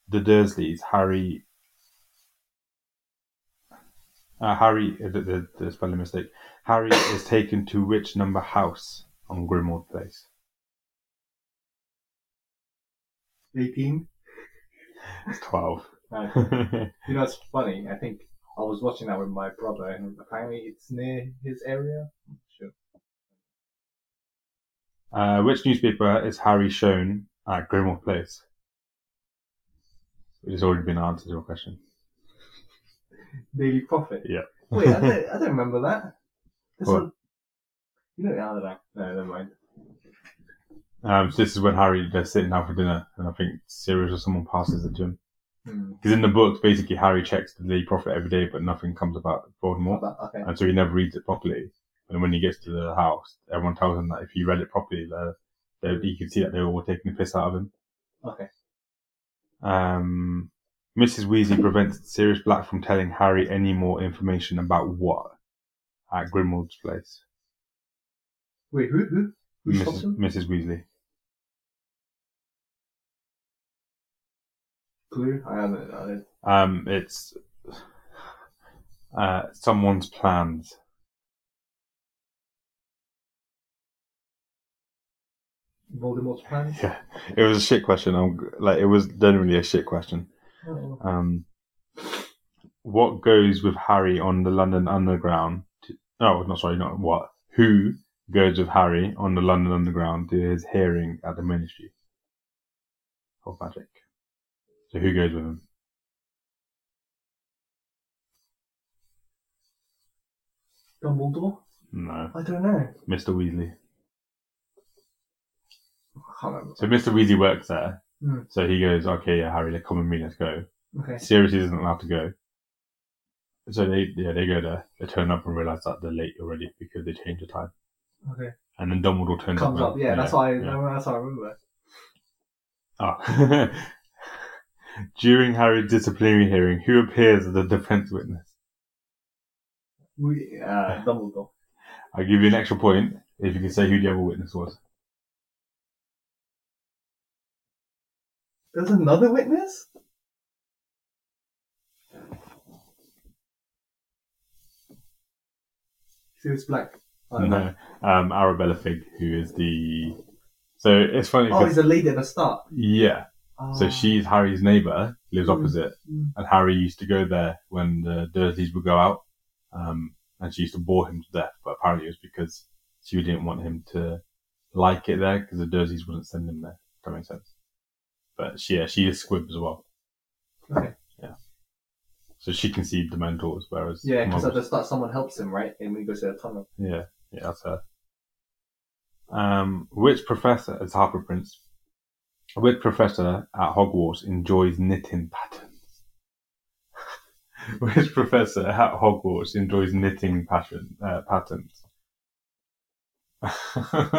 S1: the Dursleys, Harry. Uh, Harry, uh, the, the, the spelling mistake. Harry is taken to which number house on Grimmauld Place?
S3: 18?
S1: It's 12.
S3: No. You know, it's funny. I think I was watching that with my brother, and apparently it's near his area. Sure.
S1: uh, which newspaper is Harry shown at Grimmauld Place? It has already been answered your question.
S3: Daily Prophet.
S1: Yeah.
S3: Wait, I don't, I don't remember that. This
S1: What?
S3: one. You know, I don't know. No, never mind.
S1: Um, so this is when Harry they're sitting down for dinner, and I think Sirius or someone passes it to him.
S3: Hmm.
S1: Because in the books, basically Harry checks the Daily Prophet every day, but nothing comes about Voldemort,
S3: Not that- Okay.
S1: and so he never reads it properly. And when he gets to the house, everyone tells him that if he read it properly, the, the, he could see that they were all taking the piss out of him.
S3: Okay.
S1: Um, Mrs. Weasley prevents Sirius Black from telling Harry any more information about what at Grimwald's place.
S3: Wait, who? Who? Who stops
S1: Mrs.
S3: him?
S1: Mrs. Weasley.
S3: Clue? I haven't. I don't-
S1: Um, it's uh, someone's plans.
S3: Voldemort's plan?
S1: Yeah, it was a shit question. I'm g- like, it was genuinely a shit question.
S3: Oh.
S1: Um, what goes with Harry on the London Underground? To, oh, no, sorry, not what. Who goes with Harry on the London Underground to his hearing at the Ministry of Magic? So who goes with him?
S3: Dumbledore?
S1: No,
S3: I don't know.
S1: Mr. Weasley.
S3: I can't remember.
S1: So Mr. Weasley works there.
S3: Hmm.
S1: So he goes, okay, yeah, Harry, like, come with me, let's go.
S3: Okay.
S1: Sirius isn't allowed to go. So they, yeah, they go there. They turn up and realize that they're late already because they changed the time.
S3: Okay.
S1: And then Dumbledore turns
S3: Comes
S1: up.
S3: up.
S1: and-
S3: Yeah, that's why. I,
S1: yeah.
S3: That's why I remember.
S1: Ah. During Harry's disciplinary hearing, who appears as the defense witness?
S3: We, uh, Dumbledore.
S1: I'll give you an extra point if you can say who the other witness was.
S3: There's another witness? Sirius Black. I don't know.
S1: No. Um, Arabella Fig, who is the. So it's funny
S3: Oh,
S1: because.
S3: he's a lady at the start.
S1: yeah. So
S3: Ah.
S1: she's Harry's neighbour, lives
S3: Mm.
S1: opposite,
S3: Mm.
S1: and Harry used to go there when the Dursleys would go out, um, and she used to bore him to death. But apparently it was because she didn't want him to like it there because the Dursleys wouldn't send him there. If that makes sense. But she, yeah, she is squib as well.
S3: Okay.
S1: Yeah. So she conceived the mentors, whereas
S3: Yeah, because at
S1: Muggles-
S3: the start someone helps him, right? And we go to the tunnel.
S1: yeah, yeah, that's her. Um, which professor is Harper Prince? Which professor at Hogwarts enjoys knitting patterns? which professor at Hogwarts enjoys knitting passion, uh, patterns? Do
S3: I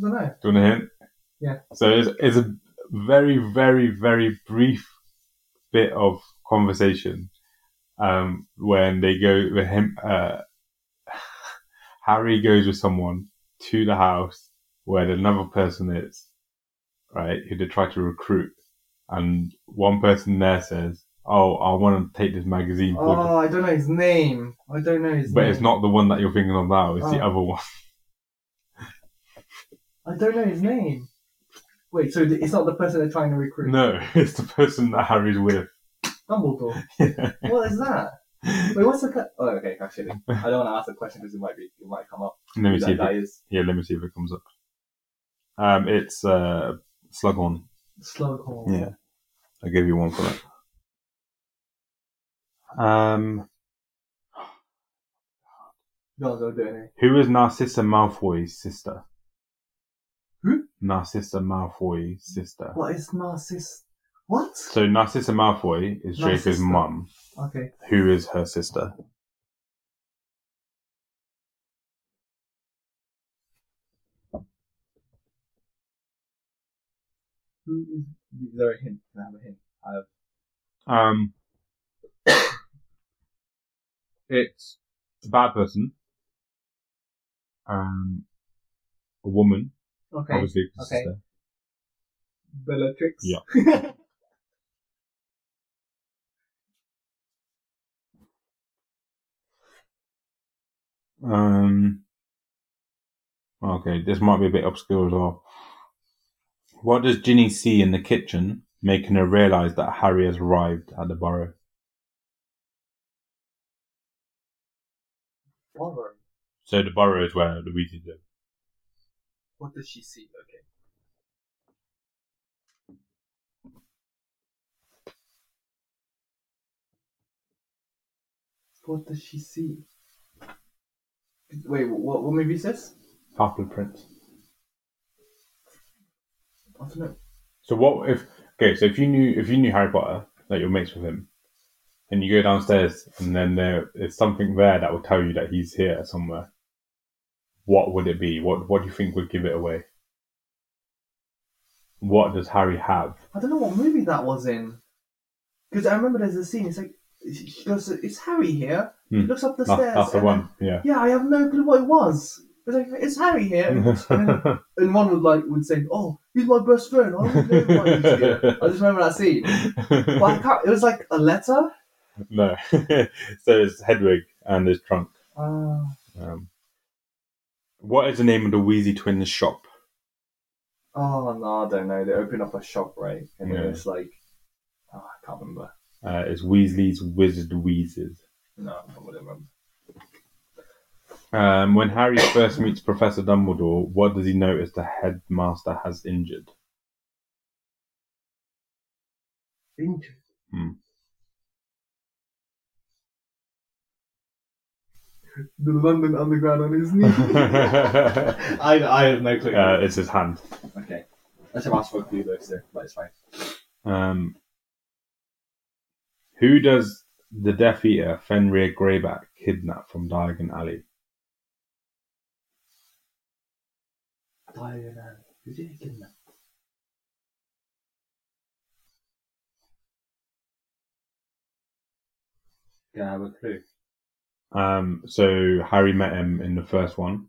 S3: don't know.
S1: you want a hint?
S3: Yeah.
S1: So it's, it's a very, very, very brief bit of conversation um, when they go with him. Uh, Harry goes with someone to the house where another person is, right? Who they try to recruit, and one person there says, "Oh, I want to take this magazine." called
S3: Oh, I don't know his name. I don't know his
S1: But
S3: name.
S1: it's not the one that you're thinking of now. It's the
S3: Oh.
S1: other one.
S3: I don't know his name. Wait, so th- it's not the person they're trying to recruit.
S1: No, it's the person that Harry's with.
S3: Dumbledore. what is that?
S4: Wait, what's the? Cu- oh, okay, actually, I don't want to ask the question because it might be, it might come up.
S1: Let me
S4: That-
S1: see. If
S4: that
S1: it,
S4: is
S1: yeah, let me see if it comes up. Um, it's uh, Slughorn.
S3: Slughorn.
S1: Yeah, I'll give you one for that. Um,
S3: Don't go do it. eh?
S1: who is Narcissa Malfoy's sister?
S3: Who?
S1: Narcissa Malfoy's sister.
S3: What is Narciss? What?
S1: So Narcissa Malfoy is Draco's
S3: Narcissa.
S1: mum.
S3: Okay.
S1: Who is her sister?
S4: who is? Is there a hint? Can I have a hint?
S1: Um, it's a bad person. Um, a woman,
S3: Okay.
S1: obviously. 'cause
S3: okay.
S1: sister.
S3: Bellatrix.
S1: Yeah. Um, okay, this might be a bit obscure as well. What does Ginny see in the kitchen, making her realise that Harry has arrived at the burrow?
S3: Borrow.
S1: So the burrow is where the Weasleys live.
S4: What does she see? Okay.
S3: What does she see? Wait, what, what movie is this?
S1: Purple Prince.
S3: I don't know.
S1: So what if? Okay, so if you knew if you knew Harry Potter, like you're mates with him, and you go downstairs, and then there is something there that will tell you that he's here somewhere. What would it be? What What do you think would give it away? What does Harry have?
S3: I don't know what movie that was in. Because I remember there's a scene, it's like, she she goes, to, it's Harry here. She
S1: Hmm.
S3: looks up the
S1: That's,
S3: stairs.
S1: that's the
S3: and
S1: one. Yeah.
S3: then- yeah, I have no clue what it was. It's like, it's Harry here. And, and, and one would like would say, oh, he's my best friend. I don't know why he's here. I just remember that scene. But I can't, it was like a letter.
S1: no. so it's Hedwig and his trunk.
S3: Uh,
S1: Um, what is the name of the Weasley twins' shop?
S4: Oh no, I don't know. They open up a shop, right? And then
S1: Yeah.
S4: it's like, oh, I can't remember.
S1: Uh, it's Weasley's Wizard Wheezes.
S4: No, I wouldn't remember.
S1: Um, when Harry first meets Professor Dumbledore, what does he notice the headmaster has injured?
S3: Injured.
S1: Hmm.
S3: The London Underground on his knee.
S1: uh,
S4: I, I have no clue.
S1: it's his hand.
S4: okay, I should ask for a clue though, so but it's fine.
S1: Um, who does the Death Eater Fenrir Greyback kidnap from Diagon Alley?
S3: Diana, who did he kidnap?
S2: Can I have a clue?
S1: Um, so Harry met him in the first one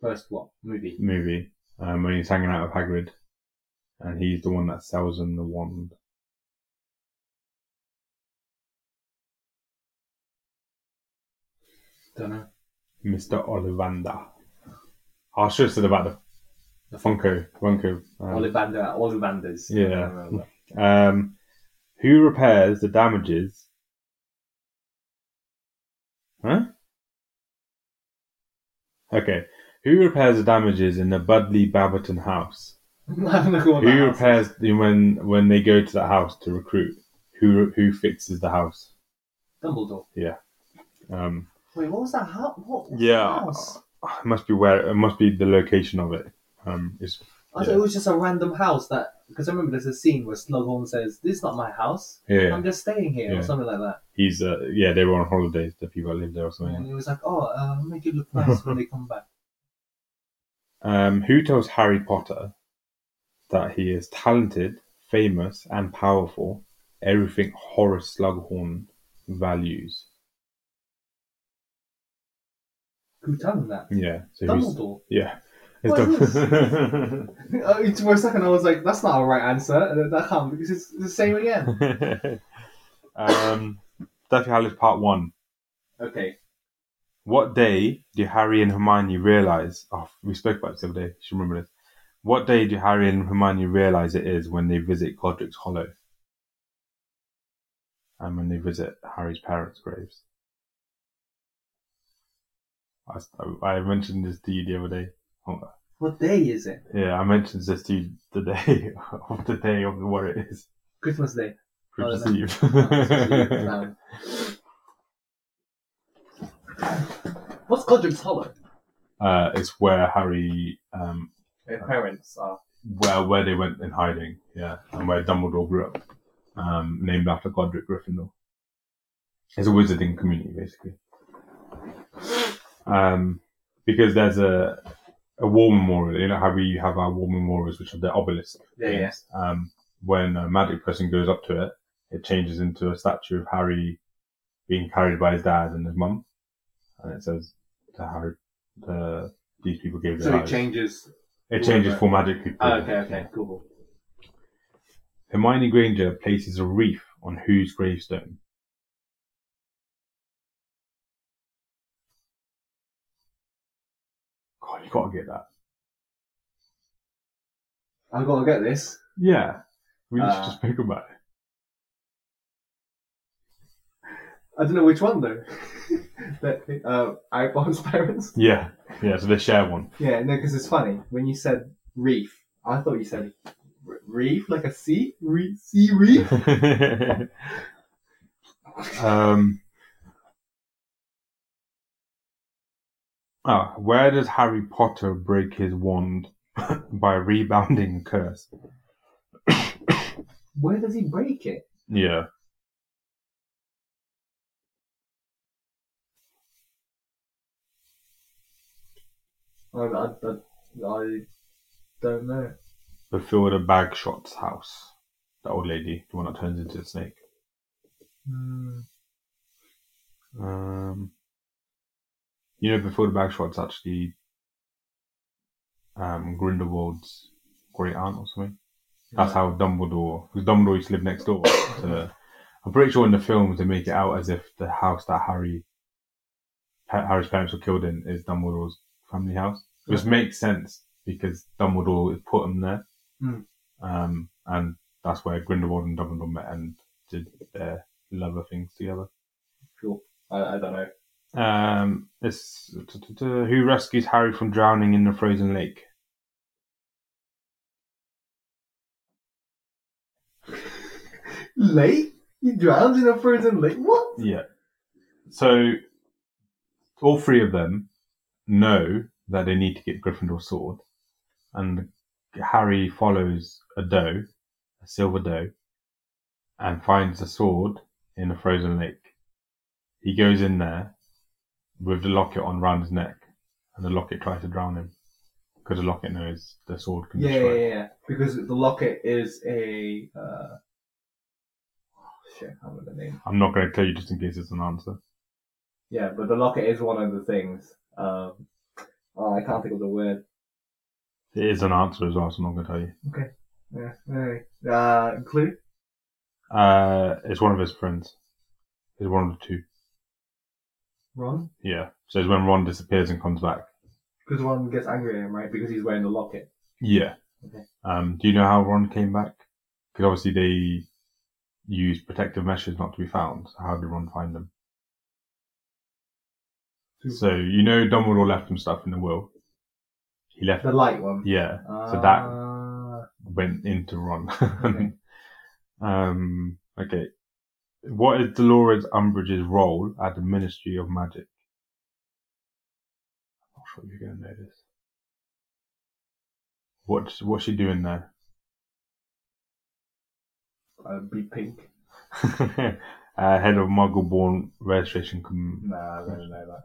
S2: First what? Movie.
S1: movie um, when he's hanging out with Hagrid, and he's the one that sells him the wand.
S2: Don't know.
S1: Mr. Ollivander. I should have said about the, the Funko. Funko. Um,
S2: Ollivander. Ollivanders.
S1: Yeah.
S2: I don't remember.
S1: um, who repairs the damages? Huh? Okay. Who repairs the damages in the Budley Babberton house?
S2: I don't know what that
S1: who
S2: house is.
S1: repairs the- when when they go to that house to recruit? Who who fixes the house?
S2: Dumbledore.
S1: Um,
S3: Wait, what was that house? What was
S1: Yeah.
S3: that house?
S1: it must be where it must be the location of it. Um, it's
S2: I thought it was just a random house that because I remember there's a scene where Slughorn says, "This is not my house.
S1: yeah.
S2: I'm just staying here"
S1: Yeah.
S2: or something like that.
S1: He's uh, yeah. They were on holidays. The people that lived there or something.
S2: And it was like, "Oh, uh, make it look nice when they come back."
S1: Um, who tells Harry Potter that he is talented, famous, and powerful? Everything Horace Slughorn values.
S3: who done that?
S1: Yeah. So he's,
S3: Dumbledore.
S1: yeah. It's
S3: What is
S1: Dumbledore.
S3: Uh, it's- For a second, I was like, "That's not a right answer." And then that can't. Because it's the same again.
S1: um, Deathly Hallows Part One.
S2: Okay.
S1: What day do Harry and Hermione realize? Oh, we spoke about this the other day. You should remember this. What day do Harry and Hermione realize it is when they visit Godric's Hollow? And when they visit Harry's parents' graves. I, I mentioned this to you the other day. Oh,
S3: What day is it?
S1: Yeah, I mentioned this to you the day of the day of what it is.
S3: Christmas Day.
S1: Christmas
S3: Oh,
S1: Eve.
S3: Um, What's Godric's Hollow?
S1: uh, it's where Harry, um,
S3: Their parents are.
S1: where where they went in hiding, yeah, and where Dumbledore grew up, um, named after Godric Gryffindor. It's a wizarding community, basically. Um, because there's a a war memorial. You know how we have our war memorials, which are the obelisk.
S3: Yeah, yeah.
S1: Um, when a magic person goes up to it, it changes into a statue of Harry being carried by his dad and his mum, and it says to Harry, the, "These people gave their
S2: So it
S1: lives."
S2: changes.
S1: It changes for magic people.
S3: Ah,
S2: Oh, okay, okay, cool.
S1: Hermione Granger places a wreath on whose gravestone? God, you gotta get that.
S3: I've got to get this.
S1: Yeah. We just
S3: Uh,
S1: just spoke about it.
S3: I don't know which one though. that, uh, Ironbarn's parents.
S1: Yeah. Yeah, so they share one.
S3: Yeah, no, because it's funny when you said reef. I thought you said r- reef, like a sea, Re- sea reef.
S1: um. Ah, where does Harry Potter break his wand? By rebounding a curse.
S3: Where does he break it?
S1: Yeah.
S3: I, I, I, I don't know.
S1: Before the Bagshot's house. The old lady, the one that turns into a snake.
S3: Hmm.
S1: Um, you know, before the Bagshot's actually um, Grindelwald's great aunt or something. That's how Dumbledore, because Dumbledore used to live next door. to, I'm pretty sure in the films they make it out as if the house that Harry, Ha- Harry's parents were killed in is Dumbledore's family house, which makes sense because Dumbledore put him there.
S3: Mm.
S1: Um, and that's where Grindelwald and Dumbledore met and did their love of things together.
S3: I, I don't know.
S1: Um, this t- t- t- who rescues Harry from drowning in the frozen lake?
S3: Lake? He drowns in a frozen lake. What?
S1: Yeah. So all three of them know that they need to get Gryffindor's sword, and Harry follows a doe, a silver doe, and finds the sword in a frozen lake. He goes in there with the locket on round his neck, and the locket tries to drown him because the locket knows the sword can
S3: Yeah, yeah,
S1: destroy. it.
S3: yeah, yeah. Because the locket is a. Uh... Oh, shit, I can't remember the name.
S1: I'm not going to tell you just in case it's an answer.
S3: Yeah, but the locket is one of the things. Um, oh, I can't think of the word.
S1: It is an answer as well, so I'm not going to tell you.
S3: Yeah, anyway. Uh, clue?
S1: Uh, it's one of his friends. It's one of the two.
S3: Ron?
S1: Yeah. So it's when Ron disappears and comes back.
S3: Because Ron gets angry at him, right? Because he's wearing the locket.
S1: Yeah.
S3: Okay.
S1: Um, do you know how Ron came back? Because obviously they used protective measures not to be found. So how did Ron find them? So you know Dumbledore left him stuff in the will. He left.
S3: The light one. Uh,
S1: Yeah. So that
S3: that.
S1: went into Ron.
S3: Okay.
S1: um, okay. What is Dolores Umbridge's role at the Ministry of Magic? I'm not sure you're going to know this. What's, what's she doing there?
S3: Uh, be pink.
S1: uh, head of Muggleborn Registration. Com-
S3: Nah, I don't know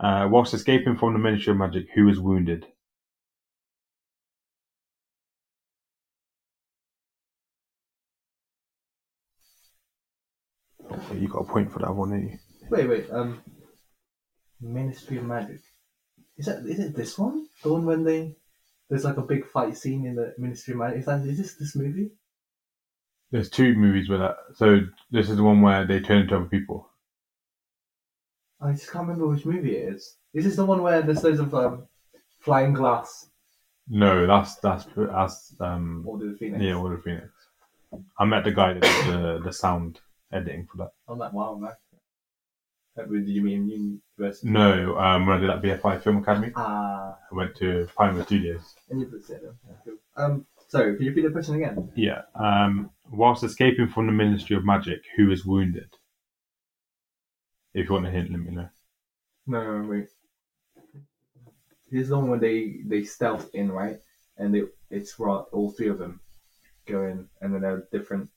S3: that.
S1: uh, whilst escaping from the Ministry of Magic, who is wounded? Okay, you got a point for that one, didn't you?
S3: Wait, wait. Um, Ministry of Magic. Is that is it this one? The one when they there's like a big fight scene in the Ministry of Magic. Is that is this this movie?
S1: There's two movies with that. So this is the one where they turn into other people.
S3: I just can't remember which movie it is. Is this the one where there's loads of um, flying glass
S1: No, that's that's that's um
S3: or the Phoenix?
S1: yeah, Order of Phoenix. I met the guy that did the the sound editing for that.
S3: On that wow man. That would you mean university?
S1: No, um, when I did that BFI Film Academy,
S3: Ah,
S1: I went to Pinewood Studios.
S3: and you put it in. Yeah, cool. Um, sorry, could you repeat the question again?
S1: Yeah. Um, whilst escaping from the Ministry of Magic, who is wounded? If you want a hint, let me know.
S3: No, no, no, wait. This is the one where they they stealth in, right? And they it's raw, all three of them go in, and then they're different.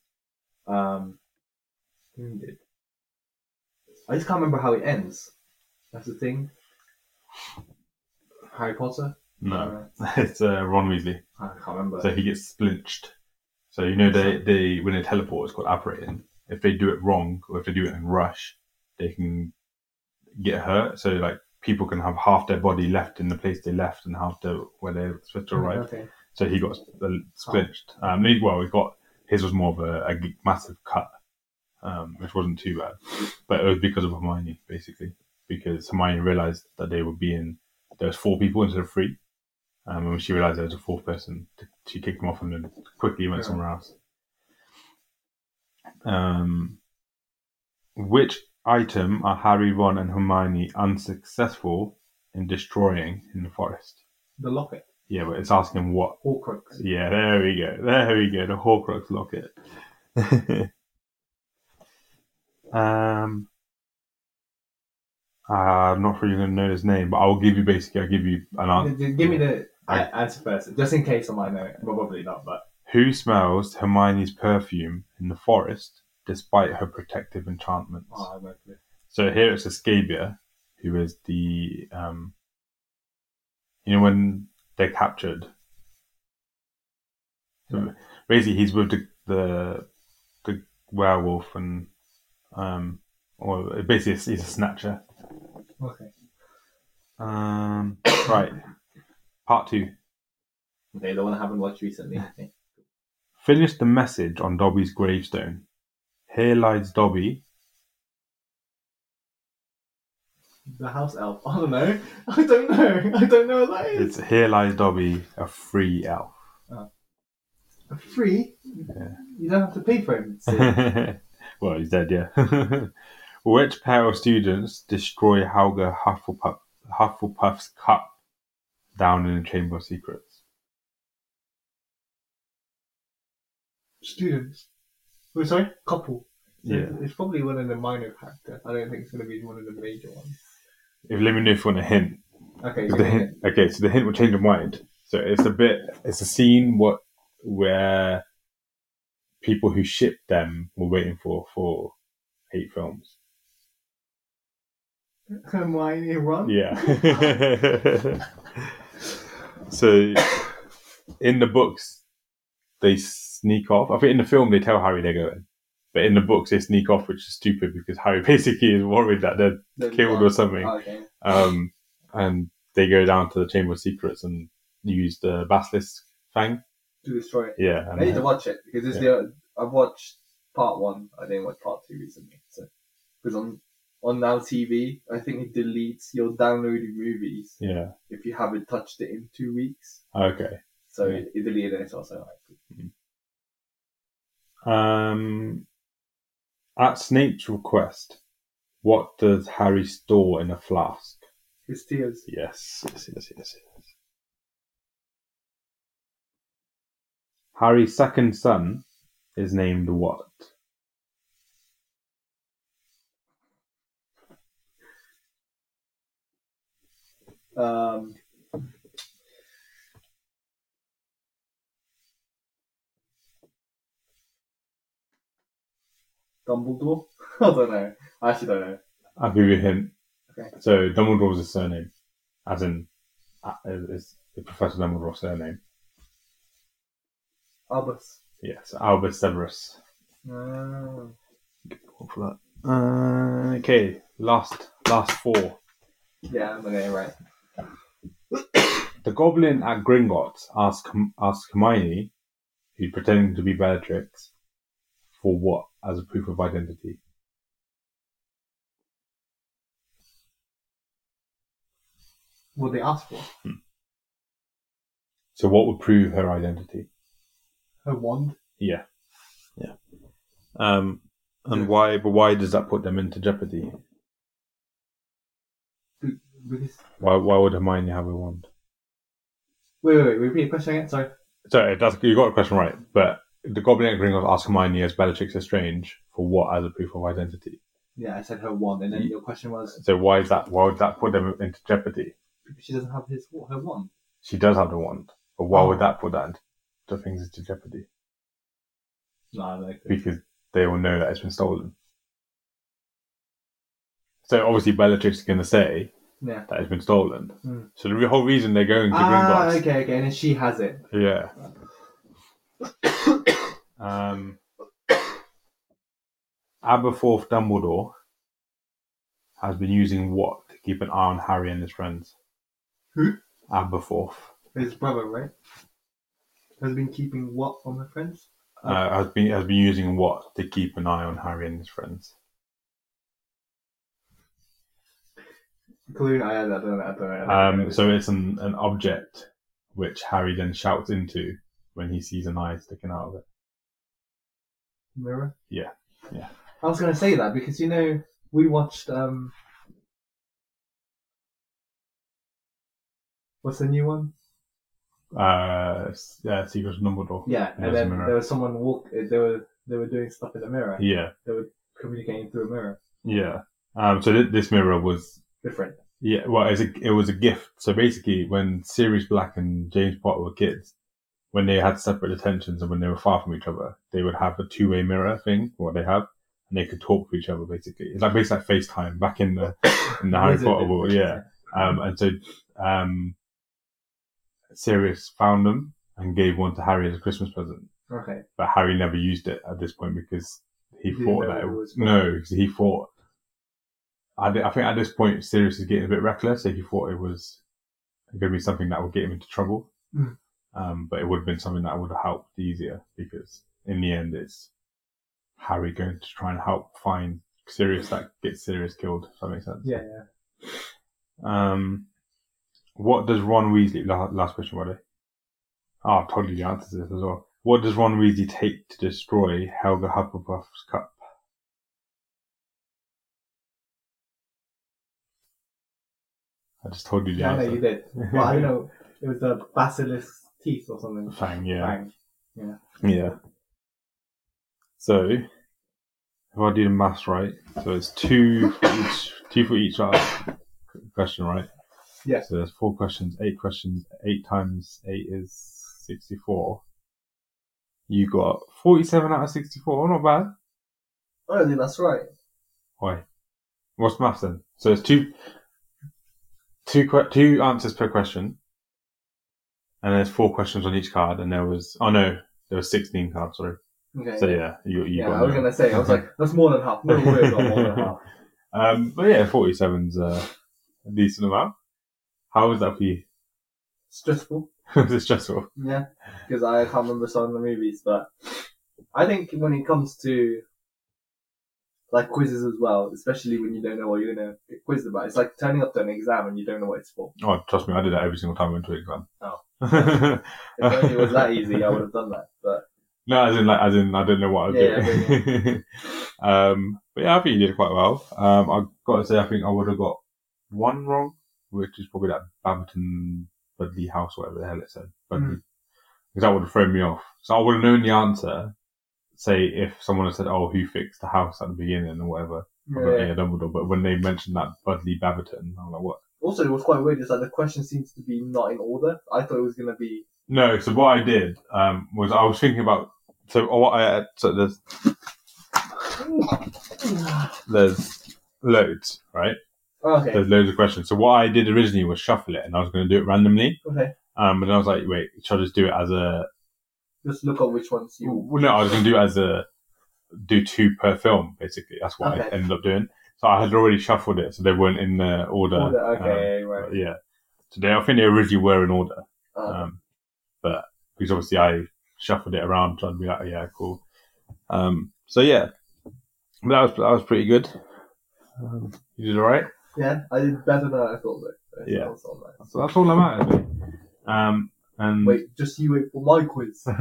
S3: Um, wounded. I just can't remember how it ends. That's the thing. Harry Potter.
S1: No,
S3: Uh,
S1: it's uh, Ron Weasley.
S3: I can't remember.
S1: So he gets splinched. So you know they they when they teleport, it's called apparating. If they do it wrong or if they do it in rush, they can get hurt. So like people can have half their body left in the place they left and half the where they're supposed to arrive.
S3: Okay.
S1: So he got uh, splinched. Um, he- well, he got his was more of a, a g- massive cut, um, which wasn't too bad, but it was because of Hermione basically, because Hermione realized that they were being there was four people instead of three, um, and when she realized there was a fourth person, t- she kicked him off and then quickly went
S3: Yeah.
S1: somewhere else. Um, which item are Harry, Ron, and Hermione unsuccessful in destroying in the forest?
S3: The locket.
S1: Yeah, but it's asking what
S3: Horcrux.
S1: yeah, there we go. There we go. The Horcrux locket. um, uh, I'm not sure you're going to know his name, but I'll give you basically. I'll give you an answer.
S3: Give me the a- answer first, just in case I might know it. Well, Probably not, but
S1: Who smells Hermione's perfume in the forest despite her protective enchantments?
S3: oh, I won't.
S1: So here it's Escabia, who is the um, you know when they're captured. So basically, he's with the the, the werewolf and um, or basically he's a snatcher.
S3: Okay.
S1: Um, right, part two.
S3: Okay, the one I haven't watched recently. Okay.
S1: Finish the message on Dobby's gravestone. Here lies Dobby.
S3: The house elf. I don't know. I don't know. I don't know what that is.
S1: It's here lies Dobby, a free elf.
S3: Free. You don't have to pay for him. So
S1: well, he's dead, yeah. Which pair of students destroy Helga Hufflepuff, Hufflepuff's cup down in the Chamber of Secrets?
S3: students. Oh, sorry, couple. So
S1: Yeah.
S3: It's probably one of the minor characters. I don't think it's going to be one of the major ones.
S1: If let me know if you want a hint.
S3: Okay.
S1: The hint okay, so the hint will change your mind. So it's a bit, it's a scene what where people who shipped them were waiting for for eight films.
S3: Hermione Ron.
S1: Yeah. so in the books, they sneak off. I think in the film they tell Harry they're going, but in the books they sneak off, which is stupid because Harry basically is worried that they're
S4: Then,
S1: killed
S4: uh,
S1: or something.
S4: Okay.
S1: Um, and they go down to the Chamber of Secrets and use the basilisk fang.
S4: To destroy it.
S1: Yeah.
S4: I need
S1: And,
S4: to watch it because it's the I've watched part one. I didn't watch part two recently. So because on on Now TV, I think it deletes your downloaded movies
S1: yeah.
S4: if you haven't touched it in two weeks.
S1: Okay.
S4: So
S1: Yeah.
S4: it, it deleted it. So I was like, alright, cool.
S1: Um, at Snape's request, what does Harry store in a flask?
S4: his tears.
S1: Yes, yes, yes, yes, yes. Harry's second son is named what?
S4: Um, Dumbledore? I don't know. I actually don't know.
S1: I'll give you a hint.
S4: Okay.
S1: So Dumbledore's his surname, as in, uh, is the Professor Dumbledore's surname.
S4: Albus.
S1: Yes, Albus Severus.
S3: Ah.
S4: No.
S1: What for that? Uh, okay, last last four.
S4: Yeah, I'm okay, right.
S1: the goblin at Gringotts asks asks Hermione, who's pretending to be Bellatrix, for what as a proof of identity.
S3: What they asked for?
S1: So what would prove her identity?
S3: Her wand?
S1: Yeah.
S5: Um,
S1: And why? But why does that put them into jeopardy?
S3: Because...
S1: Why? Why would Hermione have a wand?
S3: Wait, wait, wait. Repeat the question again. Sorry.
S1: Sorry, eh, that's you got the question right. But the goblin at Gringotts asks Hermione as Bellatrix Lestrange for what as a proof of identity.
S3: Yeah, I said her wand, and then
S1: Ye-
S3: your question was
S1: So why is that? Why would that put them into jeopardy?
S3: because she doesn't have his her wand.
S1: She does have the wand, but why
S3: Oh.
S1: would that put that into the things into jeopardy?
S3: No, I don't know.
S1: Because they all know that it's been stolen. So obviously Bellatrix is going to say
S3: Yeah.
S1: that it's been stolen.
S3: Hmm.
S1: So the whole reason they're going to
S3: Ah,
S1: Gringotts
S3: okay, okay, and then she has it.
S1: Yeah. um, Aberforth Dumbledore has been using what to keep an eye on Harry and his friends?
S3: Who?
S1: Aberforth
S3: His brother, right? Has been keeping what from her friends?
S1: uh, has been has been using what to keep an eye on Harry and his friends.
S3: Including, I, I don't know, I don't know. I don't know.
S1: Um, so it's an, an object which Harry then shouts into when he sees an eye sticking out of it.
S3: mirror.
S1: Yeah, yeah.
S3: I was going to say that because you know we watched um, what's the new one?
S1: Uh, s- yeah, Secret of Dumbledore.
S3: Yeah,
S1: Yes,
S3: and then
S1: mirror.
S3: there was someone walk. uh, They were they were doing stuff in the mirror,
S1: Yeah,
S3: communicating through a mirror.
S1: yeah. Um, so th- this mirror was
S3: Different.
S1: Yeah, well, it was, a, it was a gift. So basically, when Sirius Black and James Potter were kids, when they had separate attentions and when they were far from each other, they would have a two-way mirror thing, what they have, and they could talk to each other. Basically, it's like basically like FaceTime back in the in the Harry
S3: Wizard
S1: Potter
S3: did.
S1: world. Yeah, um, and so um, Sirius found them and gave one to Harry as a Christmas present,
S3: Okay.
S1: but Harry never used it at this point because he
S3: Didn't
S1: thought
S3: know
S1: that
S3: it
S1: it
S3: was-
S1: was no, because he thought. I, thi- I think at this point, Sirius is getting a bit reckless. So he thought it was going to be something that would get him into trouble,
S3: Mm.
S1: um, but it would have been something that would have helped easier because in the end, it's Harry going to try and help find Sirius that gets Sirius killed. If that makes sense.
S3: Yeah, yeah.
S1: Um, what does Ron Weasley? la- Last question, buddy. Ah, oh, totally answers this as well. What does Ron Weasley take to destroy Helga Hufflepuff's cup? I just told you the
S3: Yeah, I know
S1: answer.
S3: you did. Well, I don't know. It was the basilisk teeth or something.
S1: Fang, yeah,
S3: Fang.
S1: yeah. So, if I do the maths right, so it's two for each, two for each uh, question, right?
S3: Yes.
S1: So there's four questions, eight questions. Eight times eight is 64. You got 47 out of 64. Not bad.
S3: I don't think that's right.
S1: Why? What's maths then? So it's two, two, que- two answers per question. And there's four questions on each card. And there was, oh no, there was 16 cards, sorry.
S3: Okay.
S1: So yeah, you, you
S3: yeah,
S1: got
S3: I was
S1: no.
S3: gonna say. I was like, that's more than half. No way, it's not more than half.
S1: Um, but yeah, 47's uh, a decent amount. How was that for you?
S3: Stressful.
S1: was it stressful?
S3: Yeah, because I can't remember some of the movies, but I think when it comes to like quizzes as well, especially when you don't know what you're gonna get quizzed about, it's like turning up to an exam and you don't know what it's for.
S1: Oh, trust me, I did that every single time I went to exam.
S3: Oh.
S1: Oh.
S3: If only it was that easy, I would have done that. But
S1: no, as in, like, as in, I don't know what I was
S3: Yeah,
S1: doing. um, but yeah, I think you did quite well. Um, I've got to say, I think I would have got one wrong, which is probably that Babbington Budley House, whatever the hell it said.
S3: Hmm.
S1: Budley. Because that would have thrown me off. So I would have known the answer. Say if someone had said, "Oh, who fixed the house at the beginning or whatever," I'm like,
S3: yeah.
S1: yeah, Dumbledore. But when they mentioned that Budley Babbington, I'm like, "What?"
S3: also, it was quite weird. It's like the question seems to be not in order. I thought it was gonna be
S1: No, so what I did um, was I was thinking about so oh, what I so there's there's loads, right?
S3: oh, okay.
S1: There's loads of questions. So what I did originally was shuffle it, and I was going to do it randomly.
S3: Okay.
S1: Um, but then I was like, wait, should I just do it as a?
S3: Just look up which ones you.
S1: Well, no, I was going to do it as a do two per film basically. That's what I
S3: Okay.
S1: ended up doing. So I had already shuffled it, so they weren't in the order.
S3: order.
S1: Um,
S3: Okay, right.
S1: yeah. today. I think they originally were in order,
S3: Oh.
S4: Uh,
S1: um, but because obviously I shuffled it around trying to be like, oh, yeah, cool. Um, so yeah, but that was that was pretty good. Um, you did all right.
S4: yeah, I did better than I thought though.
S1: Yeah.
S4: That's all right.
S1: So that's all that matters. mate. Um, and
S4: Wait, just you wait for my quiz.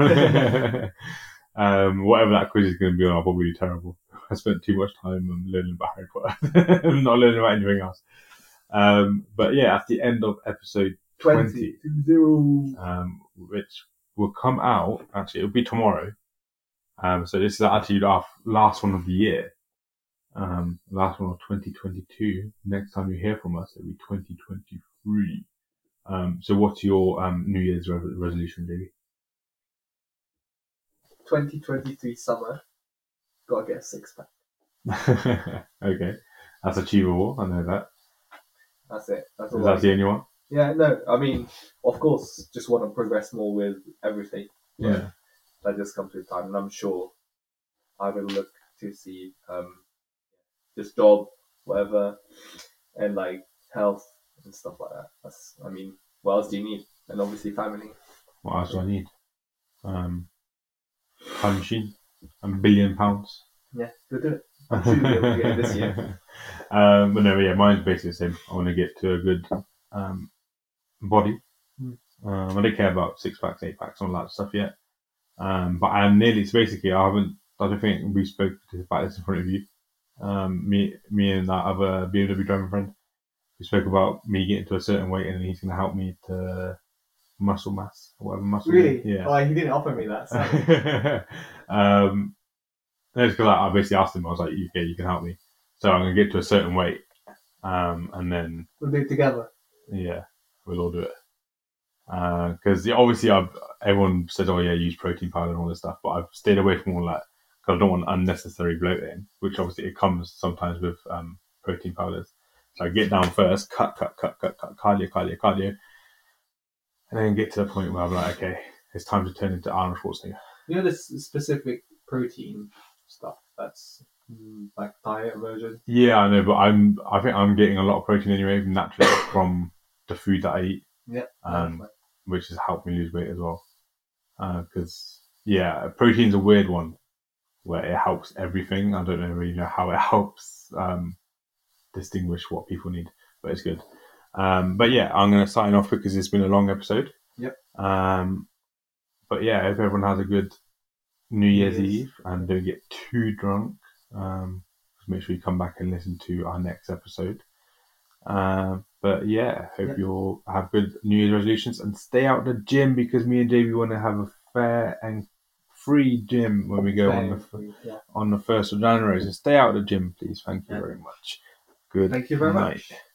S1: um, whatever that quiz is going to be on, I'll probably be terrible. I spent too much time um, learning about Harry Potter, I'm not learning about anything else. Um, but yeah, at the end of episode 20,
S4: 20 to 0.
S1: um, which will come out, actually, it'll be tomorrow. Um, so this is actually our last one of the year. Um, last one of 2022. Next time you hear from us, it'll be 2023. Um, so what's your, um, New Year's re- resolution, Davey?
S4: 2023 summer. Gotta get a six pack.
S1: okay. That's achievable. I know that.
S4: That's it. That's
S1: Is
S4: all.
S1: that
S4: Right.
S1: the only one?
S4: Yeah, no, I mean, of course, just want to progress more with everything.
S1: Yeah.
S4: That just comes with time, and I'm sure I will look to see um, this job, whatever, and like health and stuff like that. That's, I mean, what else do you need? And obviously, family.
S1: What else do I need? Um, time machine. A billion pounds.
S4: Yeah, go do it. I'm sure you'll be able to get it this year.
S1: um, but no, yeah, mine's basically the same. I want to get to a good um, body.
S4: Mm.
S1: Um, I don't care about six packs, eight packs, all that stuff yet. Um, but I'm nearly. So basically, I haven't. I don't think we spoke about this in front of you. Um, me, me, and that other BMW driving friend. We spoke about me getting to a certain weight, and he's going to help me to muscle mass, whatever muscle.
S3: Really?
S1: Yeah.
S3: Oh, he didn't offer me that. So.
S1: um, that's because I, I basically asked him. I was like, "Okay, you can help me." So I'm gonna get to a certain weight, um, and then
S3: we'll do it together.
S1: yeah, we'll all do it. Because yeah, obviously, I've everyone says, "Oh yeah, use protein powder and all this stuff," but I've stayed away from all that because I don't want unnecessary bloating, which obviously it comes sometimes with um, protein powders. So I get down first, cut, cut, cut, cut, cut, cardio, cardio, cardio, and then get to the point where I'm like, "Okay, it's time to turn into Arnold Schwarzenegger."
S3: You know this specific protein stuff that's mm, like diet version.
S1: Yeah, I know, but I'm. I think I'm getting a lot of protein anyway, naturally from the food that I eat,
S3: Yeah.
S1: um, which has helped me lose weight as well. Because yeah, protein's a weird one where it helps everything. I don't know really know how it helps um, distinguish what people need, but it's good. Um, but yeah, I'm going to sign off because it's been a long episode.
S3: Yep.
S1: Um, but yeah, I hope everyone has a good New Year's
S3: Yes.
S1: Eve and don't get too drunk. Um, just make sure you come back and listen to our next episode. Um, but yeah, hope
S3: Yep.
S1: you all have good New Year's resolutions and stay out the gym because me and JB want to have a fair and free gym when we go on the
S3: Thank you. Yeah.
S1: on the first of January. So stay out of the gym, please. Thank you
S3: Yeah.
S1: very much. Good.
S3: Thank you very
S1: night.
S3: much.